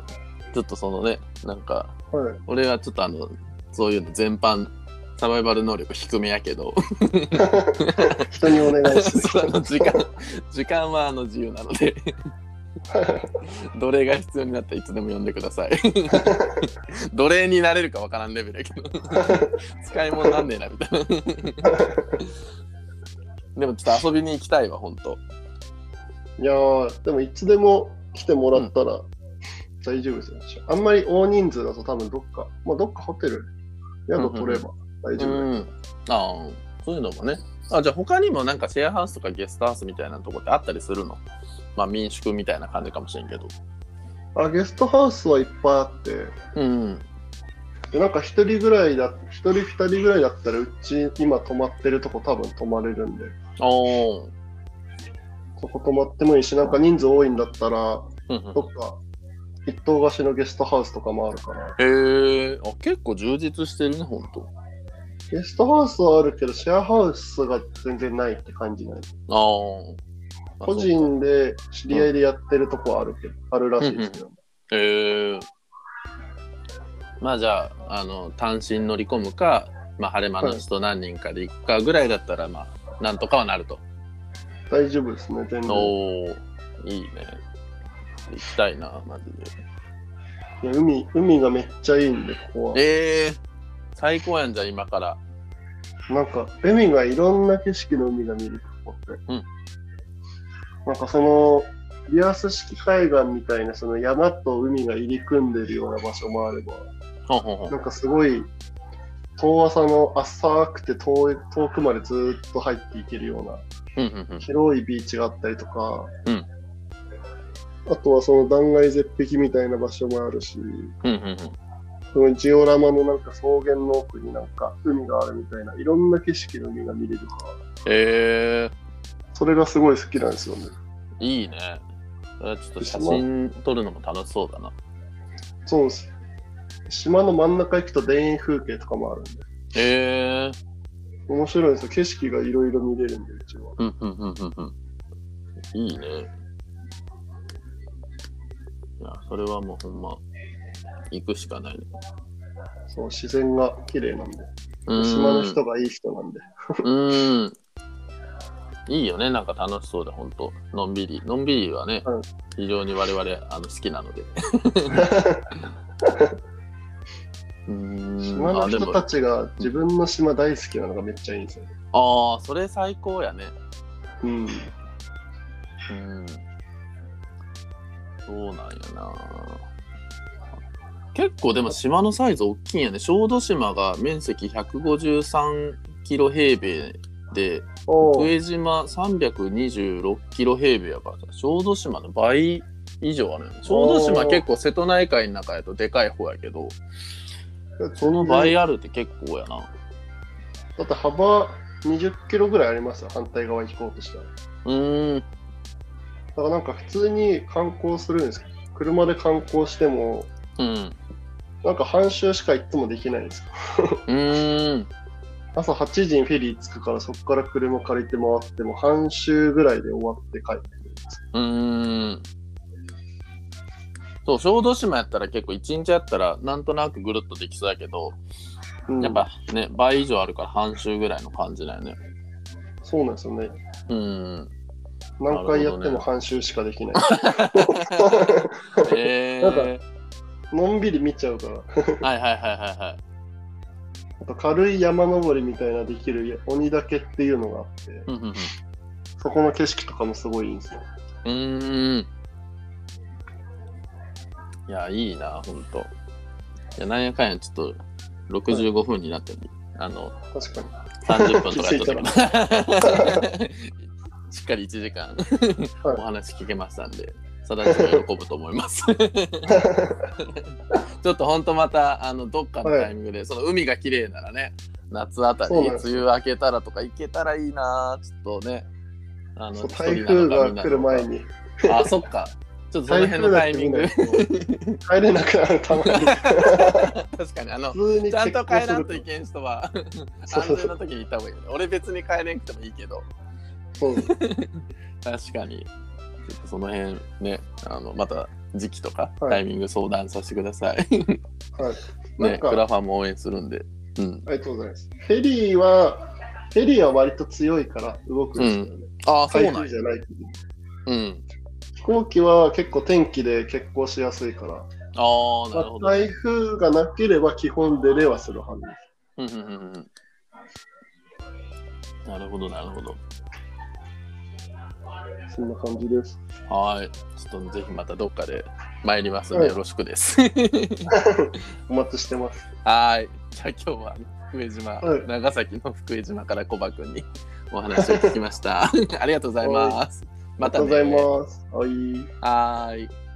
S2: ちょっとそのねなんか
S1: はい。
S2: 俺はちょっとあのそういうの全般サバイバル能力低めやけど。
S1: 人にお願いする。
S2: そうあの時間時間はあの自由なの で奴隷が必要になったらいつでも呼んでくだ さい奴隷になれるかわからんレベルやけど使い物なんねえなみたいなでもちょっと遊びに行きたいわほんと
S1: いやー、でもいつでも来てもらったら大丈夫ですよ。あんまり大人数だと多分どっか、まあ、どっかホテル、宿取れば大
S2: う
S1: 丈夫。
S2: んああそういうのもねあじゃあ他にもなんかシェアハウスとかゲストハウスみたいなとこってあったりするのまあ民宿みたいな感じかもしれんけど
S1: あゲストハウスはいっぱいあって、
S2: うん
S1: でなんか一人ぐらいだ、一人二人ぐらいだったらうち今泊まってるとこ多分泊まれるんで、
S2: おー
S1: そこ泊まってもいいし、なんか人数多いんだったら、
S2: うんうん
S1: どっか一棟貸しのゲストハウスとかもあるから、
S2: へえ、あ結構充実してるね、ほんと。
S1: ゲストハウスはあるけど、シェアハウスが全然ないって感じない。
S2: ああ。
S1: 個人で知り合いでやってるとこはあるけど、あるらしいですけど。
S2: へえ。まあじゃあ、あの、単身乗り込むか、まあ晴れ間の人何人かで行くかぐらいだったら、まあ、なんとかはなると。
S1: 大丈夫ですね、全然。
S2: おお、いいね。行きたいな、マジで。
S1: いや海海がめっちゃいいんで、ここは。
S2: ええ最高やんじゃん、今から。
S1: なんか、海がいろんな景色の海が見れる、ここって。
S2: うん
S1: なんかその、リアス式海岸みたいな、その山と海が入り組んでるような場所もあれば、
S2: ほんほんほん。
S1: なんかすごい、遠浅の浅くて遠い遠くまでずーっと入っていけるような
S2: うんうんうん。
S1: 広いビーチがあったりとか、
S2: うん
S1: あとはその断崖絶壁みたいな場所もあるし、
S2: うんうんうん。
S1: そのジオラマのなんか草原の奥になんか海があるみたいな、いろんな景色の海が見れるから、
S2: ええ
S1: それがすごい好きなんですよね。
S2: いいね。それはちょっと写真撮るのも楽しそうだな。
S1: そうです。島の真ん中行くと田園風景とかもあるんで、
S2: ええ
S1: 面白いんですよ。景色がいろいろ見れるんで、うちは。
S2: うんうんうんうんうん。いいね。いや、それはもうほんま、行くしかないね。
S1: そう、自然が綺麗なんで、
S2: うーん
S1: 島の人がいい人なんで。
S2: うーん。いいよね、なんか楽しそうで、ほんと。のんびり。のんびりはね、
S1: うん
S2: 非常に我々あの好き なので。う
S1: 島
S2: ーん。
S1: の
S2: あ、で
S1: 人
S2: も、
S1: た
S2: あ
S1: ちが自分の島大好きなのがめっちゃいいんですよね。
S2: あー、それ最高やね。
S1: うん。
S2: うんそうなんやな結構でも島のサイズ大きいんやね小豆島が面積153キロ平米で
S1: おー
S2: 上島326キロ平米やからさ小豆島の倍以上あるよね小豆島結構瀬戸内海の中やとでかい方やけど
S1: その
S2: 倍あるって結構やな
S1: だって幅20キロぐらいありますよ、反対側行こうとしたら。だ
S2: うーん
S1: からなんか普通に観光するんですけど、車で観光しても、
S2: うん
S1: なんか半周しか行ってもできないんですよ。
S2: うーん
S1: 朝8時にフェリー着くから、そこから車借りて回っても、半周ぐらいで終わって帰ってくるんです
S2: うーん。そう、小豆島やったら結構一日やったらなんとなくぐるっとできそうやけど、
S1: よ、うん
S2: やっぱね、倍以上あるから半周ぐらいの感じだよね。
S1: そうなんですよね。
S2: うーん。
S1: 何回やっ
S2: なるほ
S1: て
S2: どね
S1: も 半周しかできない。
S2: え
S1: なん
S2: ー、
S1: のんびり見ちゃうから、
S2: はいはいはいはいはい。
S1: あと軽い山登りみたいなできる鬼岳っていうのがあって、
S2: うんうんうん
S1: そこの景色とかもすごいいいんですよ。
S2: うーん。いや、いいな、ほんと。いや、なんやかんや、ちょっと、65分になってる、あの、
S1: 確かに。
S2: 30分とかやっとったけど。 しっかり1時間、お話聞けましたんで、さだちが喜ぶと思います。 ちょっとほんとまた、あの、どっかのタイミングで、その海が綺麗ならね、夏あたり、
S1: そう
S2: 梅
S1: なんです
S2: 雨明けたらとか行けたらいいな、ちょっとね。あ
S1: そう
S2: の
S1: 台風が来る前。に、
S2: 一人なのかみんななのかあ、そっか。ちょっとその
S1: 台
S2: 辺
S1: 風
S2: の
S1: が
S2: タイ
S1: 来
S2: ミ
S1: る
S2: ング。
S1: 前に、帰れなくなるたまに、
S2: 確か に、あの、
S1: 普通に
S2: ちゃんと帰らんとい
S1: 結
S2: けん人は、
S1: そう
S2: 安
S1: そう
S2: 全な時に行った方がいいよね。俺別に帰れんくてもいいけど、
S1: 婚するそう
S2: 確かに。ちょっとその辺ね、あの、また時期とか、
S1: はい
S2: タイミング相談させてください。
S1: な
S2: ね、
S1: ん
S2: ク
S1: か、
S2: ラファンも応援するんで。うん。
S1: ありがとうございます。フェリーは、フェリーは割と強いから動くんですよね。
S2: ああ、そう
S1: 台
S2: なん
S1: 風
S2: や
S1: じゃない。
S2: うん。
S1: 飛行機は結構天気で欠航しやすいから、
S2: ああ、なるほど。
S1: 台風がなければ基本出れはするはずです。
S2: うんうんうんうんなるほど、なるほど。
S1: そんな感じです。
S2: はい。ちょっとぜひまたどっかで参りますん
S1: は
S2: で、
S1: い
S2: よろしくです。
S1: お待ちしてます。
S2: はい。じゃあ今日は福江島、
S1: はい
S2: 長崎の福江島から小葉くんにお話を 聞きました。ありがとうございます。ま
S1: ありが
S2: た
S1: とう
S2: ね。
S1: ございます。はい。
S2: はーい。